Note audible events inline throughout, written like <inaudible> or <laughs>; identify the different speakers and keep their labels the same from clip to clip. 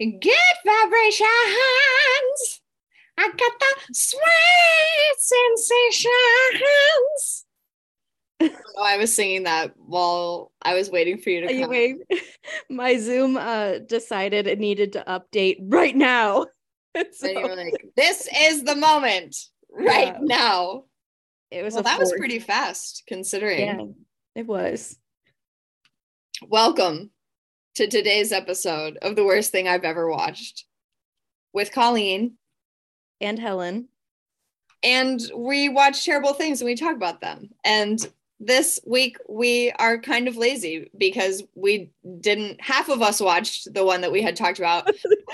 Speaker 1: good vibrations. I got the sweet sensations. so I was singing that while I was waiting for you to come.
Speaker 2: Anyway, <laughs> my Zoom uh, decided it needed to update right now. <laughs> So
Speaker 1: And you were like, this is the moment right
Speaker 2: Yeah.
Speaker 1: now.
Speaker 2: it was
Speaker 1: Well,
Speaker 2: a
Speaker 1: that was
Speaker 2: force.
Speaker 1: pretty fast considering.
Speaker 2: Yeah, it was.
Speaker 1: Welcome to today's episode of The Worst Thing I've Ever Watched with Colleen.
Speaker 2: And Helen.
Speaker 1: And we watch terrible things and we talk about them. And this week we are kind of lazy because we didn't, half of us watched the one that we had talked <laughs> about.
Speaker 2: <laughs>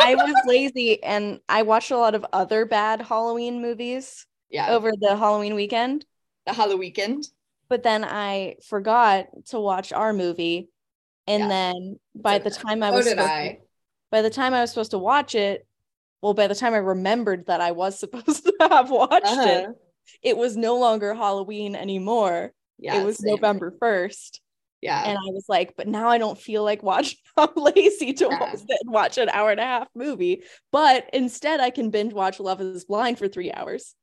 Speaker 2: I
Speaker 1: <laughs>
Speaker 2: was lazy and I watched a lot of other bad Halloween movies
Speaker 1: yeah,
Speaker 2: over the Halloween weekend,
Speaker 1: the Halloween weekend.
Speaker 2: but then I forgot to watch our movie. And
Speaker 1: Yeah.
Speaker 2: then by
Speaker 1: in
Speaker 2: the time Oh, I
Speaker 1: So
Speaker 2: was
Speaker 1: did
Speaker 2: supposed to-
Speaker 1: I.
Speaker 2: by the time I was supposed to watch it, well, by the time I remembered that I was <laughs> supposed to have watched
Speaker 1: Uh-huh.
Speaker 2: it, it was no longer Halloween anymore.
Speaker 1: Yeah,
Speaker 2: it was
Speaker 1: same.
Speaker 2: November 1st.
Speaker 1: Yeah.
Speaker 2: And I was like, but now I don't feel like watching. <laughs> I'm lazy to
Speaker 1: Yeah.
Speaker 2: wa- sit and watch an hour and a half movie. But instead, I can binge watch Love is Blind for three hours.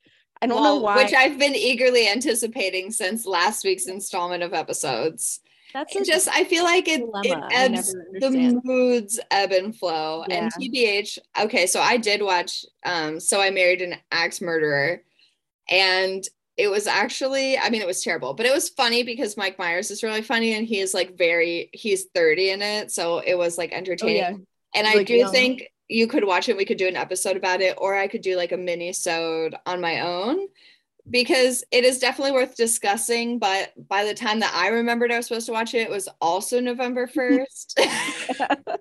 Speaker 2: I don't know
Speaker 1: Well,
Speaker 2: why.
Speaker 1: Which I've been eagerly anticipating since last week's installment of episodes.
Speaker 2: That's
Speaker 1: It
Speaker 2: a
Speaker 1: just, I feel like it, it
Speaker 2: dilemma. I
Speaker 1: ebbs,
Speaker 2: never
Speaker 1: the
Speaker 2: understand.
Speaker 1: moods ebb and flow. And TBH, okay, so I did watch um, So I Married an Axe Murderer. And it was actually, I mean, it was terrible, but it was funny because Mike Myers is really funny and he is like very, he's 30 in it. So it was like
Speaker 2: Oh,
Speaker 1: entertaining.
Speaker 2: yeah.
Speaker 1: And I
Speaker 2: Like,
Speaker 1: do
Speaker 2: young.
Speaker 1: think you could watch it. We could do an episode about it, or I could do like a mini sode on my own because it is definitely worth discussing. But by the time that I remembered I was supposed to watch it, it was also
Speaker 2: <laughs>
Speaker 1: November <laughs> 1st.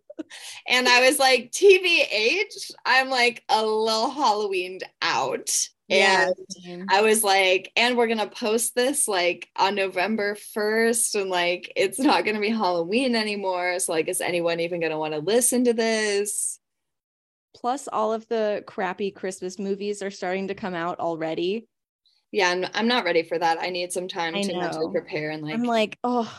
Speaker 1: and I was like, TVH, I'm like a little Halloweened out.
Speaker 2: Yeah.
Speaker 1: And I was like, and we're gonna post this like on November 1st, and like it's not gonna be Halloween anymore. So like, is anyone even gonna want to listen to this?
Speaker 2: Plus, all of the crappy Christmas movies are starting to come out already.
Speaker 1: Yeah, I'm, I'm not ready for that. I need some time
Speaker 2: I
Speaker 1: to actually
Speaker 2: know.
Speaker 1: prepare and like,
Speaker 2: I'm like, oh,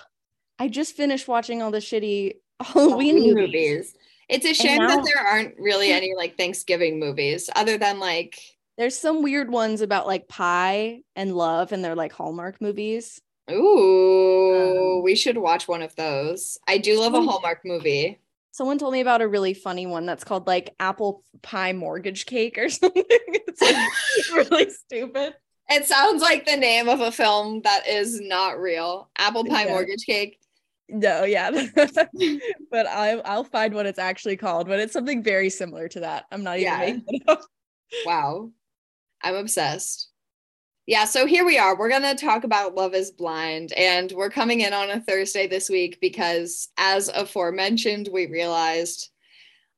Speaker 2: I just finished watching all the shitty <laughs>
Speaker 1: Halloween
Speaker 2: Halloween movies.
Speaker 1: It's a shame that
Speaker 2: now-
Speaker 1: there aren't
Speaker 2: <laughs>
Speaker 1: really any like Thanksgiving movies other than like,
Speaker 2: There's some weird ones about like pie and love, and they're like Hallmark movies.
Speaker 1: ooh, we should watch one of those. I do love a
Speaker 2: Some-
Speaker 1: Hallmark movie.
Speaker 2: Someone told me about a really funny one that's called like apple pie mortgage cake or <laughs> something. It's like really stupid.
Speaker 1: It sounds like the name of a film that is not real. Apple Pie
Speaker 2: Yeah.
Speaker 1: Mortgage Cake.
Speaker 2: No, yeah. <laughs> but I, I'll find what it's actually called, but it's something very similar to that. I'm not even
Speaker 1: Yeah.
Speaker 2: making it up.
Speaker 1: Wow. I'm obsessed. Yeah, so here we are. We're going to talk about Love is Blind, and we're coming in on a Thursday this week because, as aforementioned, we realized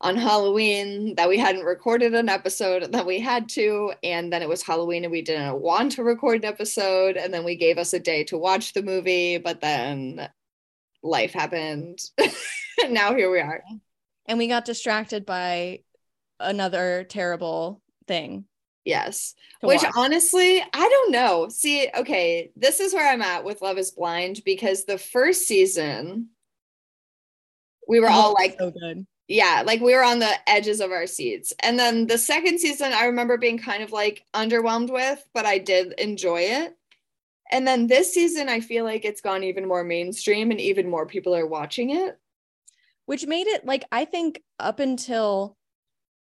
Speaker 1: on Halloween that we hadn't recorded an episode and that we had to, and then it was Halloween and we didn't want to record an episode, and then we gave us a day to watch the movie, but then life happened. <laughs> and now here we are.
Speaker 2: And we got distracted by another terrible thing.
Speaker 1: Yes.
Speaker 2: to
Speaker 1: Which
Speaker 2: watch.
Speaker 1: honestly, I don't know. See, okay, this is where I'm at with Love is Blind because the first season, we were
Speaker 2: Oh,
Speaker 1: all
Speaker 2: it's
Speaker 1: like,
Speaker 2: so good.
Speaker 1: yeah, like we were on the edges of our seats. And then the second season, I remember being kind of like underwhelmed with, but I did enjoy it. And then this season, I feel like it's gone even more mainstream and even more people are watching it.
Speaker 2: which made it like I think up until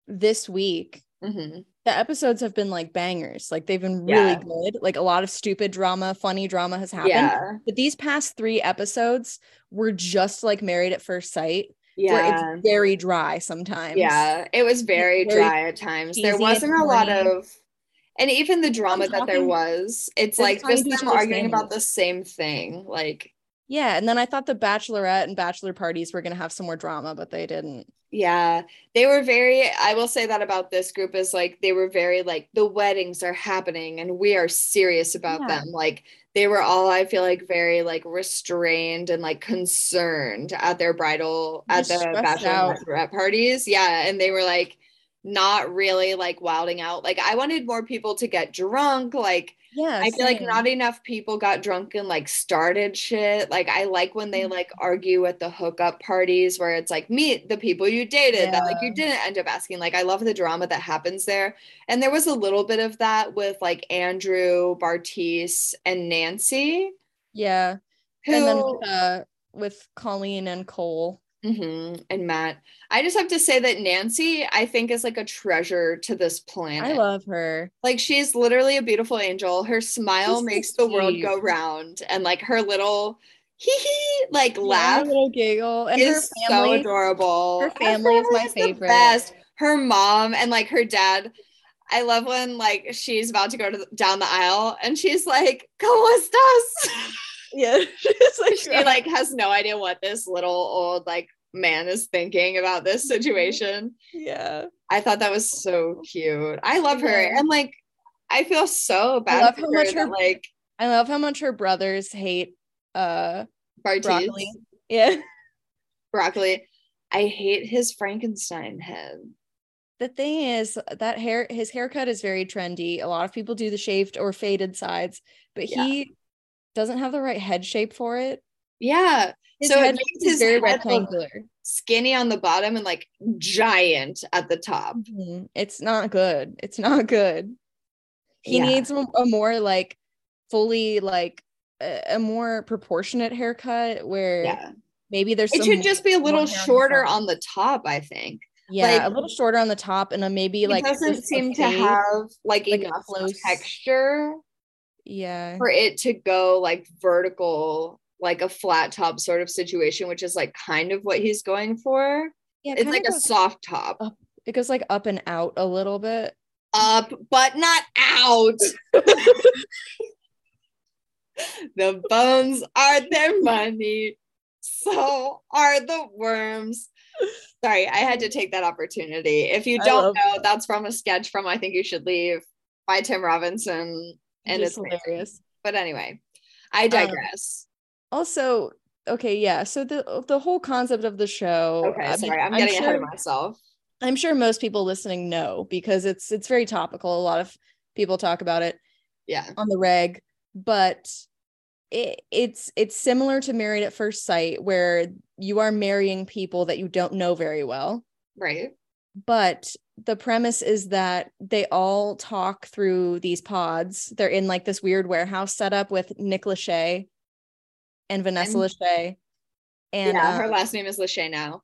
Speaker 2: this week,
Speaker 1: hmm
Speaker 2: the episodes have been like bangers. Like they've been really
Speaker 1: Yeah.
Speaker 2: good. Like a lot of stupid drama, funny drama has happened.
Speaker 1: Yeah.
Speaker 2: But these past three episodes were just like Married at First Sight, where
Speaker 1: Yeah.
Speaker 2: it's very dry sometimes.
Speaker 1: Yeah, it was very,
Speaker 2: very
Speaker 1: dry at times. There
Speaker 2: cheesy and
Speaker 1: wasn't a lot
Speaker 2: corny.
Speaker 1: of, and even the drama that there
Speaker 2: talking-
Speaker 1: was, it's
Speaker 2: they're
Speaker 1: like
Speaker 2: talking
Speaker 1: just
Speaker 2: to each
Speaker 1: them
Speaker 2: other's
Speaker 1: arguing about
Speaker 2: families.
Speaker 1: the same thing. Like,
Speaker 2: Yeah. And then I thought the bachelorette and bachelor parties were gonna have some more drama, but they didn't.
Speaker 1: yeah, they were very, I will say that about this group is like they were very like the weddings are happening and we are serious about
Speaker 2: Yeah.
Speaker 1: them. Like, they were all, I feel like, very like restrained and like concerned at their bridal, at
Speaker 2: Just
Speaker 1: the
Speaker 2: stressed
Speaker 1: bachelor and
Speaker 2: out.
Speaker 1: bachelorette parties. Yeah. And they were like, not really like wilding out. Like I wanted more people to get drunk. Like
Speaker 2: Yeah.
Speaker 1: I feel like
Speaker 2: same.
Speaker 1: not enough people got drunk and like started shit. Like I like when
Speaker 2: Mm-hmm.
Speaker 1: they like argue at the hookup parties where it's like meet the people you dated that like you didn't end up asking. Like I love the drama that happens there. And there was a little bit of that with like Andrew, Bartice, and Nancy.
Speaker 2: Yeah.
Speaker 1: Who,
Speaker 2: And then with, uh, with Colleen and Cole.
Speaker 1: Mhm, and Matt. I just have to say that Nancy, I think, is like a treasure to this planet.
Speaker 2: I love her.
Speaker 1: Like she's literally a beautiful angel. Her smile
Speaker 2: She's so
Speaker 1: makes the world
Speaker 2: cute.
Speaker 1: go round, and like her little hee hee like
Speaker 2: Yeah,
Speaker 1: laugh
Speaker 2: her little giggle. And her
Speaker 1: is so
Speaker 2: family.
Speaker 1: adorable.
Speaker 2: her family is my
Speaker 1: the
Speaker 2: favorite.
Speaker 1: best. Her mom and like her dad. I love when like she's about to go to the, down the aisle and she's like, "Cómo estás?"
Speaker 2: yeah. <laughs> She's
Speaker 1: <laughs>
Speaker 2: like,
Speaker 1: she like has no idea what this little old like man is thinking about this
Speaker 2: Mm-hmm.
Speaker 1: situation.
Speaker 2: yeah.
Speaker 1: I thought that was so cute. I love her.
Speaker 2: Yeah.
Speaker 1: And like I feel so bad.
Speaker 2: love
Speaker 1: for
Speaker 2: how much
Speaker 1: that,
Speaker 2: her-
Speaker 1: like
Speaker 2: I love how much her brothers hate uh
Speaker 1: Bartiz broccoli.
Speaker 2: broccoli. Yeah. <laughs>
Speaker 1: I hate his Frankenstein head.
Speaker 2: The thing is that hair his haircut is very trendy. A lot of people do the shaved or faded sides, but
Speaker 1: Yeah.
Speaker 2: he doesn't have the right head shape for it.
Speaker 1: Yeah.
Speaker 2: His
Speaker 1: So it
Speaker 2: head
Speaker 1: makes
Speaker 2: is
Speaker 1: his
Speaker 2: very
Speaker 1: head look-
Speaker 2: rectangular.
Speaker 1: Skinny on the bottom and like giant at the top.
Speaker 2: Mhm. It's not good. It's not <laughs> good. He
Speaker 1: Yeah.
Speaker 2: needs a, a more like fully like a, a more proportionate haircut where
Speaker 1: Yeah.
Speaker 2: maybe there's
Speaker 1: It
Speaker 2: some
Speaker 1: should just be a little
Speaker 2: more hair on the
Speaker 1: shorter
Speaker 2: front.
Speaker 1: on the top, I think.
Speaker 2: yeah
Speaker 1: like-
Speaker 2: a little shorter on the top and then maybe
Speaker 1: He
Speaker 2: like
Speaker 1: doesn't
Speaker 2: just a
Speaker 1: seem to
Speaker 2: fade.
Speaker 1: have like,
Speaker 2: like a
Speaker 1: enough
Speaker 2: close-
Speaker 1: texture
Speaker 2: yeah
Speaker 1: for it to go like vertical, like a flat top sort of situation, which is like kind of what he's going for.
Speaker 2: yeah
Speaker 1: it's
Speaker 2: kinda
Speaker 1: like a
Speaker 2: goes-
Speaker 1: soft top
Speaker 2: Oh. it goes like up and out a little bit
Speaker 1: up but not
Speaker 2: <laughs>
Speaker 1: out the bones are their money so are the worms sorry i had to take that opportunity if you
Speaker 2: I
Speaker 1: don't
Speaker 2: love
Speaker 1: know that's from a sketch from i think you should leave by tim robinson and
Speaker 2: Just Um,
Speaker 1: it's amazing.
Speaker 2: hilarious
Speaker 1: but anyway i digress
Speaker 2: also okay yeah so the the whole concept of the show
Speaker 1: okay
Speaker 2: I mean,
Speaker 1: sorry i'm getting
Speaker 2: sure,
Speaker 1: ahead of myself
Speaker 2: I'm sure most people listening know because it's it's very topical a lot of people talk about it
Speaker 1: yeah
Speaker 2: on the reg but it, it's it's similar to married at first sight where you are marrying people that you don't know very well
Speaker 1: right
Speaker 2: but the premise is that they all talk through these pods. They're in like this weird warehouse setup with Nick Lachey and Vanessa
Speaker 1: I'm-
Speaker 2: Lachey, and uh,
Speaker 1: yeah
Speaker 2: yeah,
Speaker 1: her last name is lachey now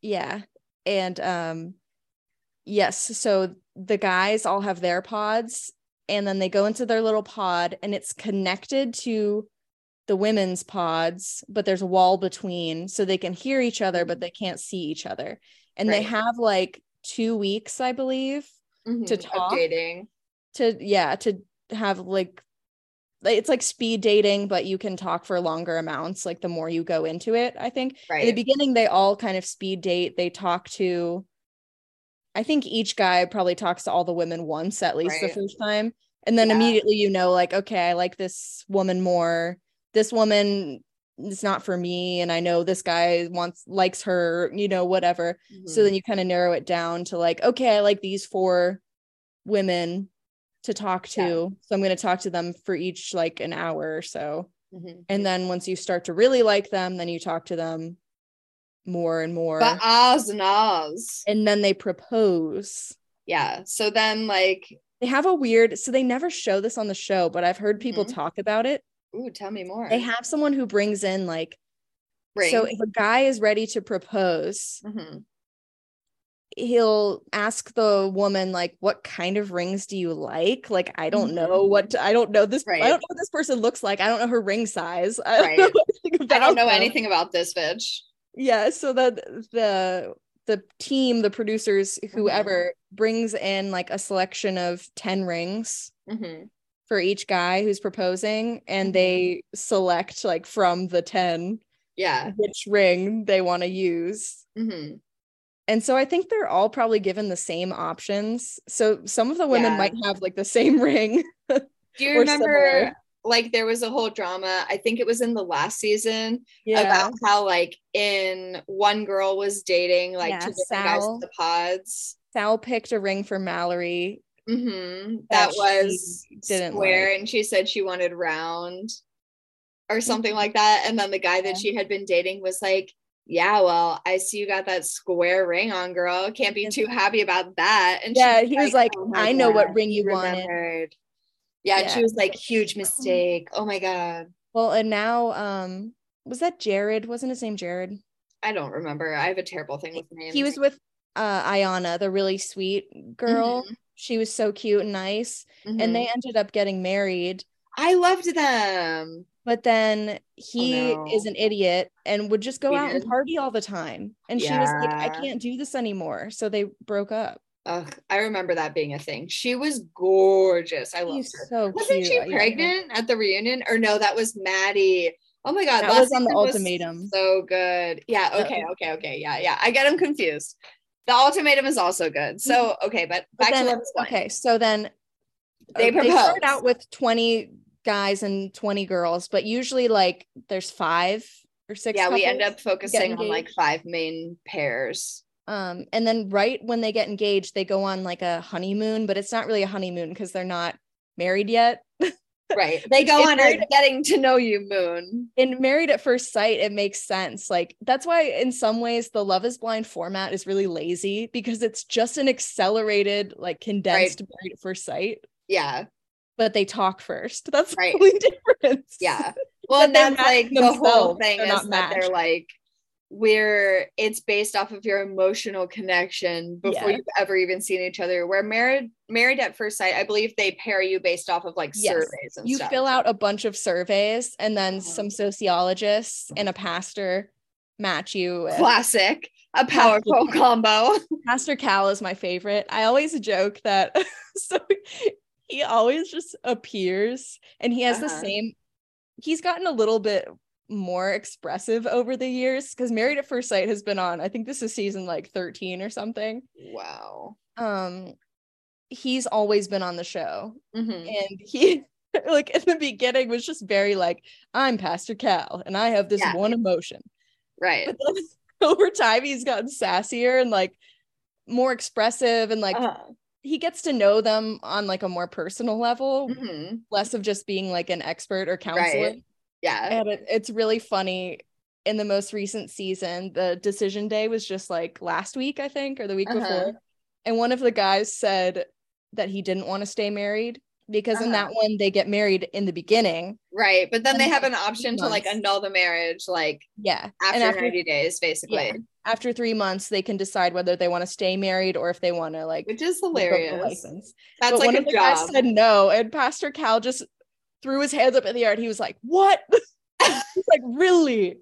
Speaker 2: yeah, and um, yes. So the guys all have their pods, and then they go into their little pod, and it's connected to the women's pods, but there's a wall between, so they can hear each other, but they can't see each other, and they
Speaker 1: Right.
Speaker 2: have like two weeks, I believe
Speaker 1: Mhm, of
Speaker 2: talk.
Speaker 1: dating
Speaker 2: to yeah to have like like, it's like speed dating but you can talk for longer amounts like the more you go into it i think in the
Speaker 1: right
Speaker 2: beginning they all kind of speed date they talk to i think each guy probably talks to all the women once at least
Speaker 1: Right.
Speaker 2: the first time and then
Speaker 1: Yeah.
Speaker 2: immediately you know like okay i like this woman more this woman is not for me and i know this guy wants likes her you know whatever so
Speaker 1: Mhm.
Speaker 2: then you kind of narrow it down to like, okay, I like these four women to talk to.
Speaker 1: Yeah.
Speaker 2: So I'm going to talk to them for each like an hour or so.
Speaker 1: Mhm.
Speaker 2: And then once you start to really like them, then you talk to them more and more.
Speaker 1: But Oz and Oz.
Speaker 2: and then they propose.
Speaker 1: Yeah. So then, like,
Speaker 2: They have a weird, so they never show this on the show, but I've heard people
Speaker 1: Mhm.
Speaker 2: talk about it.
Speaker 1: ooh, tell me more.
Speaker 2: They have someone who brings in like,
Speaker 1: Ring.
Speaker 2: so if a guy is ready to propose,
Speaker 1: Mhm.
Speaker 2: he'll ask the woman like what kind of rings do you like like i don't know
Speaker 1: Mhm.
Speaker 2: what i don't know this
Speaker 1: Right.
Speaker 2: i don't know what this person looks like i don't know her ring size <laughs> i
Speaker 1: Right.
Speaker 2: don't know, anything
Speaker 1: I
Speaker 2: about
Speaker 1: don't know
Speaker 2: them.
Speaker 1: anything about this bitch.
Speaker 2: yeah so the the the team the producers whoever brings in like a selection of 10 rings
Speaker 1: Mhm.
Speaker 2: for each guy who's proposing and
Speaker 1: Mhm.
Speaker 2: they select like from the 10
Speaker 1: Yeah.
Speaker 2: which ring they want to use
Speaker 1: Mhm.
Speaker 2: And so I think they're all probably given the same options. So some of the women
Speaker 1: Yeah.
Speaker 2: might have like the same <laughs> ring.
Speaker 1: Do you
Speaker 2: Or
Speaker 1: remember?
Speaker 2: similar.
Speaker 1: Like there was a whole drama. I think it was in the last season about how like in one girl was dating like
Speaker 2: Yeah,
Speaker 1: two different guys
Speaker 2: Sal.
Speaker 1: in the pods.
Speaker 2: Thal picked a ring for Mallory.
Speaker 1: hmm That
Speaker 2: she
Speaker 1: was
Speaker 2: didn't
Speaker 1: square, and she said she wanted round or something like that. And then the guy that
Speaker 2: Mm-hmm. Yeah.
Speaker 1: she had been dating was like, Yeah, well, I see you got that square ring on, girl. Can't be
Speaker 2: Yes.
Speaker 1: too happy about that. And she
Speaker 2: Yeah, he was like,
Speaker 1: "Oh my
Speaker 2: I know
Speaker 1: God,
Speaker 2: what ring you wanted.
Speaker 1: remembered. Yeah, and she
Speaker 2: Yeah.
Speaker 1: was like, Huge mistake. Oh my God.
Speaker 2: Well, and now um was that Jared? Wasn't his name Jared?
Speaker 1: I don't remember. I have a terrible thing with names.
Speaker 2: He was with uh Ayana, the really sweet girl.
Speaker 1: Mm-hmm.
Speaker 2: She was so cute and nice. And they ended up getting married.
Speaker 1: I loved them.
Speaker 2: But then he
Speaker 1: Oh, no.
Speaker 2: is an idiot and would just go out and
Speaker 1: Cheated.
Speaker 2: party all the time. And she was like, I
Speaker 1: Yeah.
Speaker 2: can't do this anymore. So they broke up.
Speaker 1: Ugh, I remember that being a thing. She was gorgeous. I loved
Speaker 2: She's
Speaker 1: her.
Speaker 2: so
Speaker 1: Wasn't
Speaker 2: cute. Uh,
Speaker 1: she
Speaker 2: I love her.
Speaker 1: pregnant at the reunion? Or no, that was Maddie. Oh my god,
Speaker 2: That
Speaker 1: last
Speaker 2: was on the
Speaker 1: season
Speaker 2: ultimatum.
Speaker 1: So good. Yeah.
Speaker 2: That
Speaker 1: Okay. Okay. Okay. Yeah. Yeah. I get them confused. The ultimatum is also good. So okay, but
Speaker 2: Mm-hmm. But
Speaker 1: back
Speaker 2: then-
Speaker 1: to Love is Blind.
Speaker 2: Okay, so then
Speaker 1: They
Speaker 2: uh, started
Speaker 1: proposed.
Speaker 2: out with 20 guys and 20 girls, but usually like there's five or six.
Speaker 1: Yeah, we end
Speaker 2: couples.
Speaker 1: up focusing on
Speaker 2: engaged.
Speaker 1: like five main pairs.
Speaker 2: <laughs> Um, and then right when they get engaged, they go on like a honeymoon, but it's not really a honeymoon because they're not married yet.
Speaker 1: Right. They go
Speaker 2: It's
Speaker 1: on a
Speaker 2: like-
Speaker 1: getting to know you moon.
Speaker 2: In Married at First Sight, it makes sense. Like that's why in some ways the Love is Blind format is really lazy because it's just an accelerated, like condensed Married at First Sight,
Speaker 1: Yeah.
Speaker 2: but they talk first. <laughs> That's
Speaker 1: Right.
Speaker 2: the only difference.
Speaker 1: Yeah.
Speaker 2: <laughs>
Speaker 1: Well, and
Speaker 2: they're
Speaker 1: that's like
Speaker 2: matching
Speaker 1: the whole
Speaker 2: themselves.
Speaker 1: thing
Speaker 2: They're
Speaker 1: is
Speaker 2: not
Speaker 1: that they're
Speaker 2: matched.
Speaker 1: like, we're it's based off of your emotional connection before
Speaker 2: Yeah.
Speaker 1: you've ever even seen each other. Where married married at first sight, I believe they pair you based off of like
Speaker 2: Yes.
Speaker 1: surveys and
Speaker 2: you
Speaker 1: stuff.
Speaker 2: fill out a bunch of surveys and then
Speaker 1: Uh-huh.
Speaker 2: some sociologists and a pastor match you
Speaker 1: <laughs>
Speaker 2: with.
Speaker 1: classic, a
Speaker 2: <laughs>
Speaker 1: powerful combo.
Speaker 2: pastor cal is my favorite i always joke that <laughs> so he always just appears and he has the
Speaker 1: Uh-huh.
Speaker 2: same he's gotten a little bit more expressive over the years because married at first sight has been on i think this is season like 13 or something
Speaker 1: Wow.
Speaker 2: um he's always been on the show
Speaker 1: Mhm.
Speaker 2: and he <laughs> like in the beginning was just very like i'm pastor cal and i have this
Speaker 1: Yeah.
Speaker 2: one emotion <laughs>
Speaker 1: Right.
Speaker 2: but then over time he's gotten sassier and like more expressive and like
Speaker 1: Uh-huh.
Speaker 2: he gets to know them on like a more personal level
Speaker 1: Mhm.
Speaker 2: less of just being like an expert or counselor
Speaker 1: Right. Yeah.
Speaker 2: and it, it's really funny in the most recent season the decision day was just like last week i think or the week
Speaker 1: Uh-huh.
Speaker 2: before and one of the guys said that he didn't want to stay married because in
Speaker 1: Uh-huh.
Speaker 2: that one they get married in the beginning
Speaker 1: Right. But then
Speaker 2: And
Speaker 1: they
Speaker 2: then
Speaker 1: have
Speaker 2: like
Speaker 1: an option to like
Speaker 2: months.
Speaker 1: annul the marriage like
Speaker 2: yeah
Speaker 1: after,
Speaker 2: And after-
Speaker 1: 90 days, basically.
Speaker 2: Yeah. after three months they can decide whether they want to stay married or if they want to like
Speaker 1: Which is
Speaker 2: revoke the
Speaker 1: hilarious.
Speaker 2: license
Speaker 1: That's
Speaker 2: but one
Speaker 1: like
Speaker 2: of
Speaker 1: a
Speaker 2: the
Speaker 1: job.
Speaker 2: guys said no and pastor cal just threw his hands up in the air and he was like what <laughs> he's like <laughs> really
Speaker 1: Are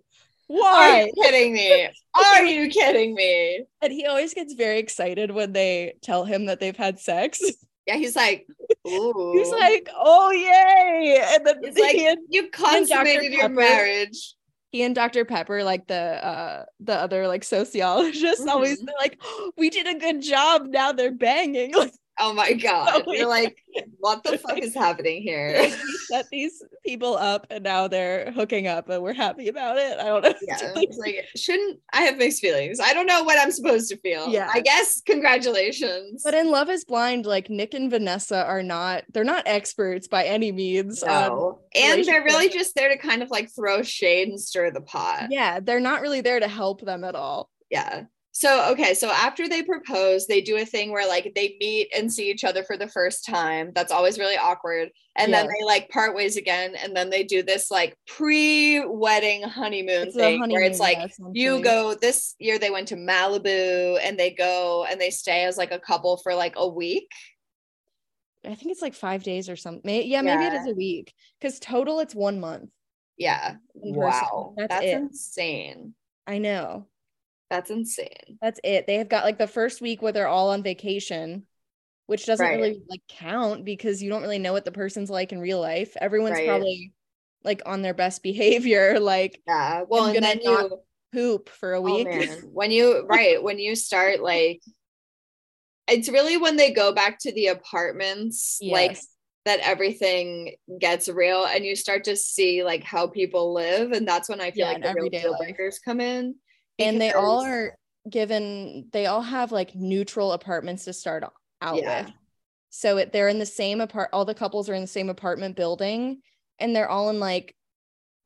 Speaker 2: why
Speaker 1: you kidding me? Are <laughs> you kidding me?
Speaker 2: and he always gets very excited when they tell him that they've had sex <laughs>
Speaker 1: Yeah, he's like, ooh.
Speaker 2: he's like oh yay and then
Speaker 1: He's
Speaker 2: <laughs> he,
Speaker 1: like-
Speaker 2: and,
Speaker 1: you
Speaker 2: and Dr.
Speaker 1: consummated your
Speaker 2: Pepper-
Speaker 1: marriage.
Speaker 2: he and dr pepper like the uh the other like sociologists always
Speaker 1: Mhm.
Speaker 2: they're like "Oh, we did a good job now they're banging <laughs> like
Speaker 1: <laughs> Oh my God.
Speaker 2: Oh,
Speaker 1: You're like, what the fuck is happening <laughs> here?
Speaker 2: Like, we set these people up and now they're hooking up and we're happy about it. I don't know. <laughs>
Speaker 1: Yeah.
Speaker 2: It's like-
Speaker 1: It's like, shouldn't I have mixed feelings? I don't know what I'm supposed to feel.
Speaker 2: Yeah.
Speaker 1: I guess congratulations.
Speaker 2: but in Love is Blind, like Nick and Vanessa are not, they're not experts by any means. on-
Speaker 1: no. and they're really
Speaker 2: relationship.
Speaker 1: just there to kind of like throw shade and stir the pot.
Speaker 2: Um, yeah, they're not really there to help them at all.
Speaker 1: Yeah. So okay, so after they propose, they do a thing where like they meet and see each other for the first time. That's always really awkward. And then
Speaker 2: Yeah.
Speaker 1: they like part ways again, and then they do this like pre-wedding honeymoon
Speaker 2: It's a
Speaker 1: thing where it's
Speaker 2: honeymoon,
Speaker 1: like
Speaker 2: yeah, essentially.
Speaker 1: you go this year they went to Malibu and they go and they stay as like a couple for like a week.
Speaker 2: I think it's like five days or something. May- yeah, maybe it
Speaker 1: Yeah.
Speaker 2: is a week because total it's one month.
Speaker 1: Yeah.
Speaker 2: In person.
Speaker 1: Wow.
Speaker 2: That's
Speaker 1: That's
Speaker 2: it.
Speaker 1: insane.
Speaker 2: I know.
Speaker 1: That's insane.
Speaker 2: That's it. They have got like the first week where they're all on vacation, which doesn't
Speaker 1: Right.
Speaker 2: really like count because you don't really know what the person's like in real life. Everyone's
Speaker 1: Right.
Speaker 2: probably like on their best behavior, <laughs> like
Speaker 1: Yeah. Well,
Speaker 2: I'm
Speaker 1: and
Speaker 2: gonna
Speaker 1: then
Speaker 2: not
Speaker 1: you
Speaker 2: poop for a
Speaker 1: Oh,
Speaker 2: week.
Speaker 1: man. <laughs> When you right, when you start like it's really when they go back to the apartments like
Speaker 2: Yes.
Speaker 1: that everything gets real and you start to see like how people live and that's when I feel
Speaker 2: Yeah,
Speaker 1: like
Speaker 2: in
Speaker 1: the real
Speaker 2: everyday
Speaker 1: deal
Speaker 2: life.
Speaker 1: breakers come in.
Speaker 2: and they all
Speaker 1: because-
Speaker 2: are given they all have like neutral apartments to start out
Speaker 1: Yeah.
Speaker 2: with. So it, they're in the same apart all the couples are in the same apartment building and they're all in like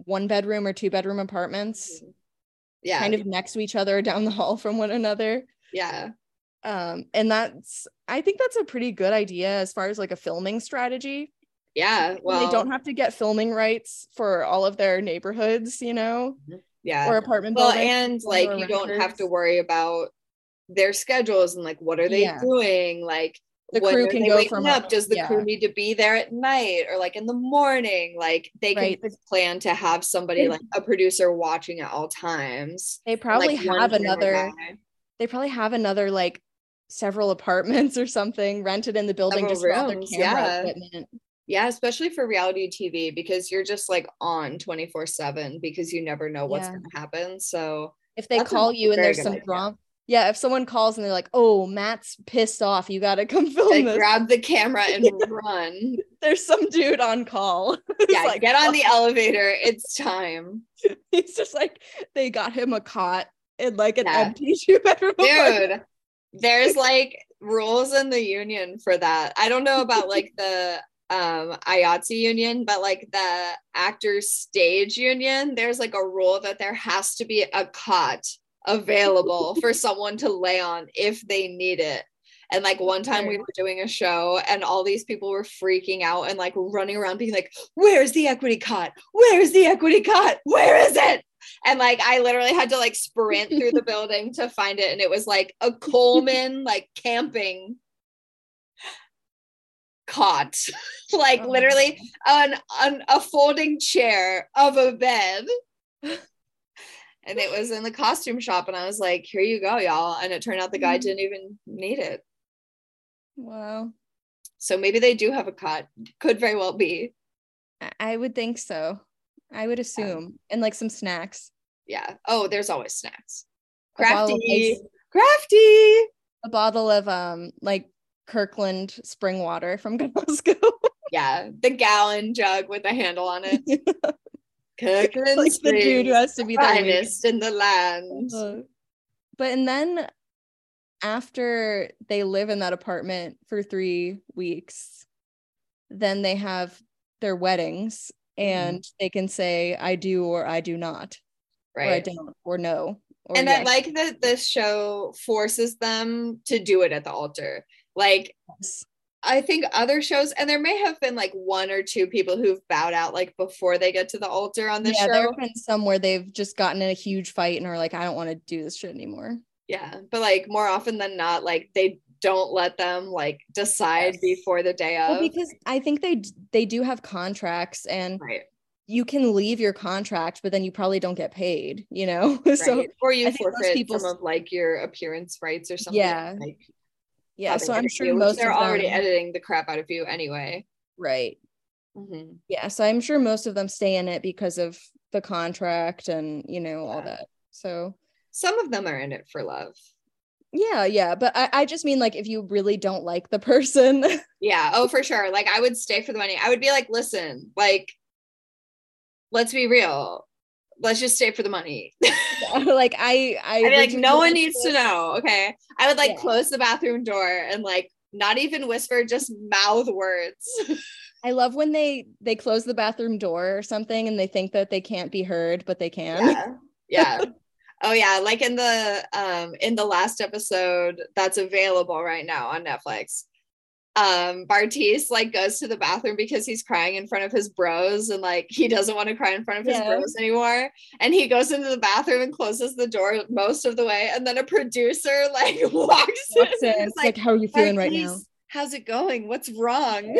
Speaker 2: one bedroom or two bedroom apartments
Speaker 1: Yeah.
Speaker 2: kind of next to each other <laughs> down the hall from one another.
Speaker 1: yeah.
Speaker 2: Um and that's I think that's a pretty good idea as far as like a filming strategy.
Speaker 1: Yeah.
Speaker 2: And
Speaker 1: Well,
Speaker 2: they don't have to get filming rights for all of their neighborhoods, you know,
Speaker 1: yeah.
Speaker 2: or apartment
Speaker 1: well,
Speaker 2: buildings.
Speaker 1: and
Speaker 2: or
Speaker 1: like you don't have
Speaker 2: renters.
Speaker 1: to worry about their schedules and like what are they
Speaker 2: Yeah.
Speaker 1: doing? Like
Speaker 2: The
Speaker 1: when
Speaker 2: crew
Speaker 1: are
Speaker 2: can
Speaker 1: they
Speaker 2: go
Speaker 1: waking
Speaker 2: from-
Speaker 1: up? Does the crew
Speaker 2: yeah.
Speaker 1: need to be there at night or like in the morning? Like they can
Speaker 2: Right.
Speaker 1: plan to have somebody like a producer watching at all times.
Speaker 2: They
Speaker 1: Like,
Speaker 2: probably
Speaker 1: one
Speaker 2: have
Speaker 1: camera
Speaker 2: another
Speaker 1: guy,
Speaker 2: they probably have another like several <laughs> apartments or something rented in the building
Speaker 1: Several
Speaker 2: just for all their
Speaker 1: rooms,
Speaker 2: camera
Speaker 1: yeah.
Speaker 2: equipment.
Speaker 1: Yeah, especially for reality TV because you're just like on 24/7 because you never know what's
Speaker 2: Yeah.
Speaker 1: going to happen.
Speaker 2: <laughs>
Speaker 1: So,
Speaker 2: If they
Speaker 1: That's a
Speaker 2: call you and
Speaker 1: very
Speaker 2: there's
Speaker 1: good
Speaker 2: some
Speaker 1: idea.
Speaker 2: drama, yeah, if someone calls and they're like, "Oh, Matt's pissed off. You got to <laughs> come
Speaker 1: they
Speaker 2: film this."
Speaker 1: grab the camera
Speaker 2: <laughs>
Speaker 1: and run.
Speaker 2: there's some dude on call. <laughs> It's
Speaker 1: Yeah,
Speaker 2: like,
Speaker 1: get on the elevator. It's time.
Speaker 2: He's just like they got him a cot in like an
Speaker 1: Yeah.
Speaker 2: empty <laughs> two bedroom.
Speaker 1: Dude, there's like rules in the union for that. I don't know about like the um IATSE union, but like the actors stage union, there's like a rule that there has to be a cot available for someone to lay on if they need it. And like one time we
Speaker 2: Sure.
Speaker 1: were doing a show and all these people were freaking out and like running around being like, Where's the equity cot? Where's the equity cot? Where is it? And like I literally had to like sprint through
Speaker 2: <laughs>
Speaker 1: the building to find it. And it was like a Coleman like camping cot. <laughs> like
Speaker 2: Oh my
Speaker 1: literally an, an a folding chair of a bed. And it was in the costume shop, and I was like, "Here you go, y'all!" And it turned out the guy
Speaker 2: Mhm.
Speaker 1: didn't even need it,
Speaker 2: Wow,
Speaker 1: so maybe they do have a cot. Could very well be,
Speaker 2: I-, I would think so. I would assume, and like some snacks.
Speaker 1: yeah. Oh, there's always snacks.
Speaker 2: A bottle of
Speaker 1: Crafty,
Speaker 2: ice-
Speaker 1: crafty.
Speaker 2: a bottle of um like Kirkland spring water from <laughs> Costco.
Speaker 1: Yeah, the gallon jug with a handle on
Speaker 2: <laughs>
Speaker 1: it.
Speaker 2: like
Speaker 1: Kirkland
Speaker 2: the
Speaker 1: Springs,
Speaker 2: dude who has to be there. waiting.
Speaker 1: finest in the land.
Speaker 2: Uh, But and then after they live in that apartment for three weeks, then they have their weddings
Speaker 1: Mhm.
Speaker 2: and they can say I do or I do not, or I
Speaker 1: right.
Speaker 2: don't, or no. Or
Speaker 1: And I
Speaker 2: yes.
Speaker 1: like that this show forces them to do it at the altar. Like I think other shows, and there may have been like one or two people who've bowed out like before they get to the altar on this
Speaker 2: yeah, there
Speaker 1: show.
Speaker 2: have been some where they've just gotten in a huge fight and are like, I don't want to do this shit anymore.
Speaker 1: Yeah. But like more often than not, like they don't let them like decide
Speaker 2: Yes.
Speaker 1: before the day of.
Speaker 2: Well, because I think they d- they do have contracts and
Speaker 1: right.
Speaker 2: you can leave your contract, but then you probably don't get paid, you know? <laughs> so
Speaker 1: right. Or you
Speaker 2: I think most
Speaker 1: forfeit
Speaker 2: people's-
Speaker 1: some of like your appearance rights or something.
Speaker 2: Yeah.
Speaker 1: Like,
Speaker 2: yeah,
Speaker 1: how they
Speaker 2: so I'm
Speaker 1: edit
Speaker 2: sure
Speaker 1: you, which
Speaker 2: most
Speaker 1: they're
Speaker 2: of
Speaker 1: already
Speaker 2: them,
Speaker 1: editing the crap out of you anyway.
Speaker 2: right.
Speaker 1: Mhm.
Speaker 2: Yeah. So I'm sure most of them stay in it because of the contract and you know, all
Speaker 1: Yeah.
Speaker 2: that. So
Speaker 1: Some of them are in it for love.
Speaker 2: yeah, yeah. But I, I just mean like if you really don't like the <laughs> person,
Speaker 1: Yeah. Oh, for sure. Like I would stay for the money. I would be like, listen, like, let's be real. Let's just stay for the money. <laughs>
Speaker 2: like I I
Speaker 1: I'd be
Speaker 2: would
Speaker 1: like,
Speaker 2: you
Speaker 1: no one
Speaker 2: really
Speaker 1: needs to
Speaker 2: feel-
Speaker 1: know. Okay. I would like
Speaker 2: Yeah.
Speaker 1: close the bathroom door and like not even whisper, just mouth words. <laughs>
Speaker 2: I love when they they close the bathroom door or something and they think that they can't be heard, but they can. <laughs>
Speaker 1: yeah. Yeah. Oh yeah, like in the um in the last episode that's available right now on Netflix. Um Bartiz like goes to the bathroom because he's crying in front of his bros and like he doesn't want to cry in front of his
Speaker 2: Yeah.
Speaker 1: bros anymore. And he goes into the bathroom and closes the door most of the way and then a producer like <laughs> walks,
Speaker 2: Walks
Speaker 1: in.
Speaker 2: in,
Speaker 1: and is
Speaker 2: it's like, how are you feeling right
Speaker 1: "Bartiz,
Speaker 2: now?
Speaker 1: How's it going? What's
Speaker 2: <laughs>
Speaker 1: wrong?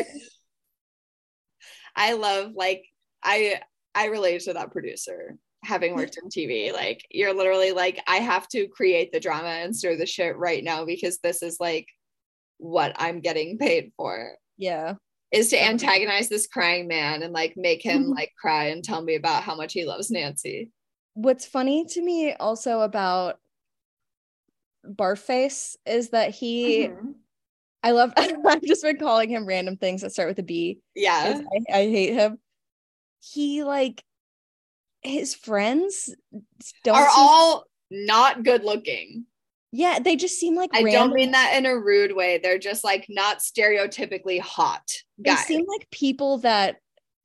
Speaker 1: I love like I I relate to that producer having worked in TV. Like you're literally like I have to create the drama and stir the shit right now because this is like what I'm getting paid for
Speaker 2: Yeah.
Speaker 1: is to
Speaker 2: Mhm.
Speaker 1: antagonize this crying man and like make
Speaker 2: Mm-hmm.
Speaker 1: him like cry and tell me about how much he loves Nancy.
Speaker 2: what's funny to me also about Barface is that he
Speaker 1: Mm-hmm.
Speaker 2: I love <laughs> I've just been calling him random things that start with a B. 'cause
Speaker 1: Yeah.
Speaker 2: I, I hate him. He like his friends don't
Speaker 1: Are
Speaker 2: seem-
Speaker 1: all not good looking.
Speaker 2: Yeah, they just seem like
Speaker 1: I
Speaker 2: random-
Speaker 1: don't mean that in a rude way. They're just like not stereotypically hot
Speaker 2: they
Speaker 1: guys.
Speaker 2: seem like people that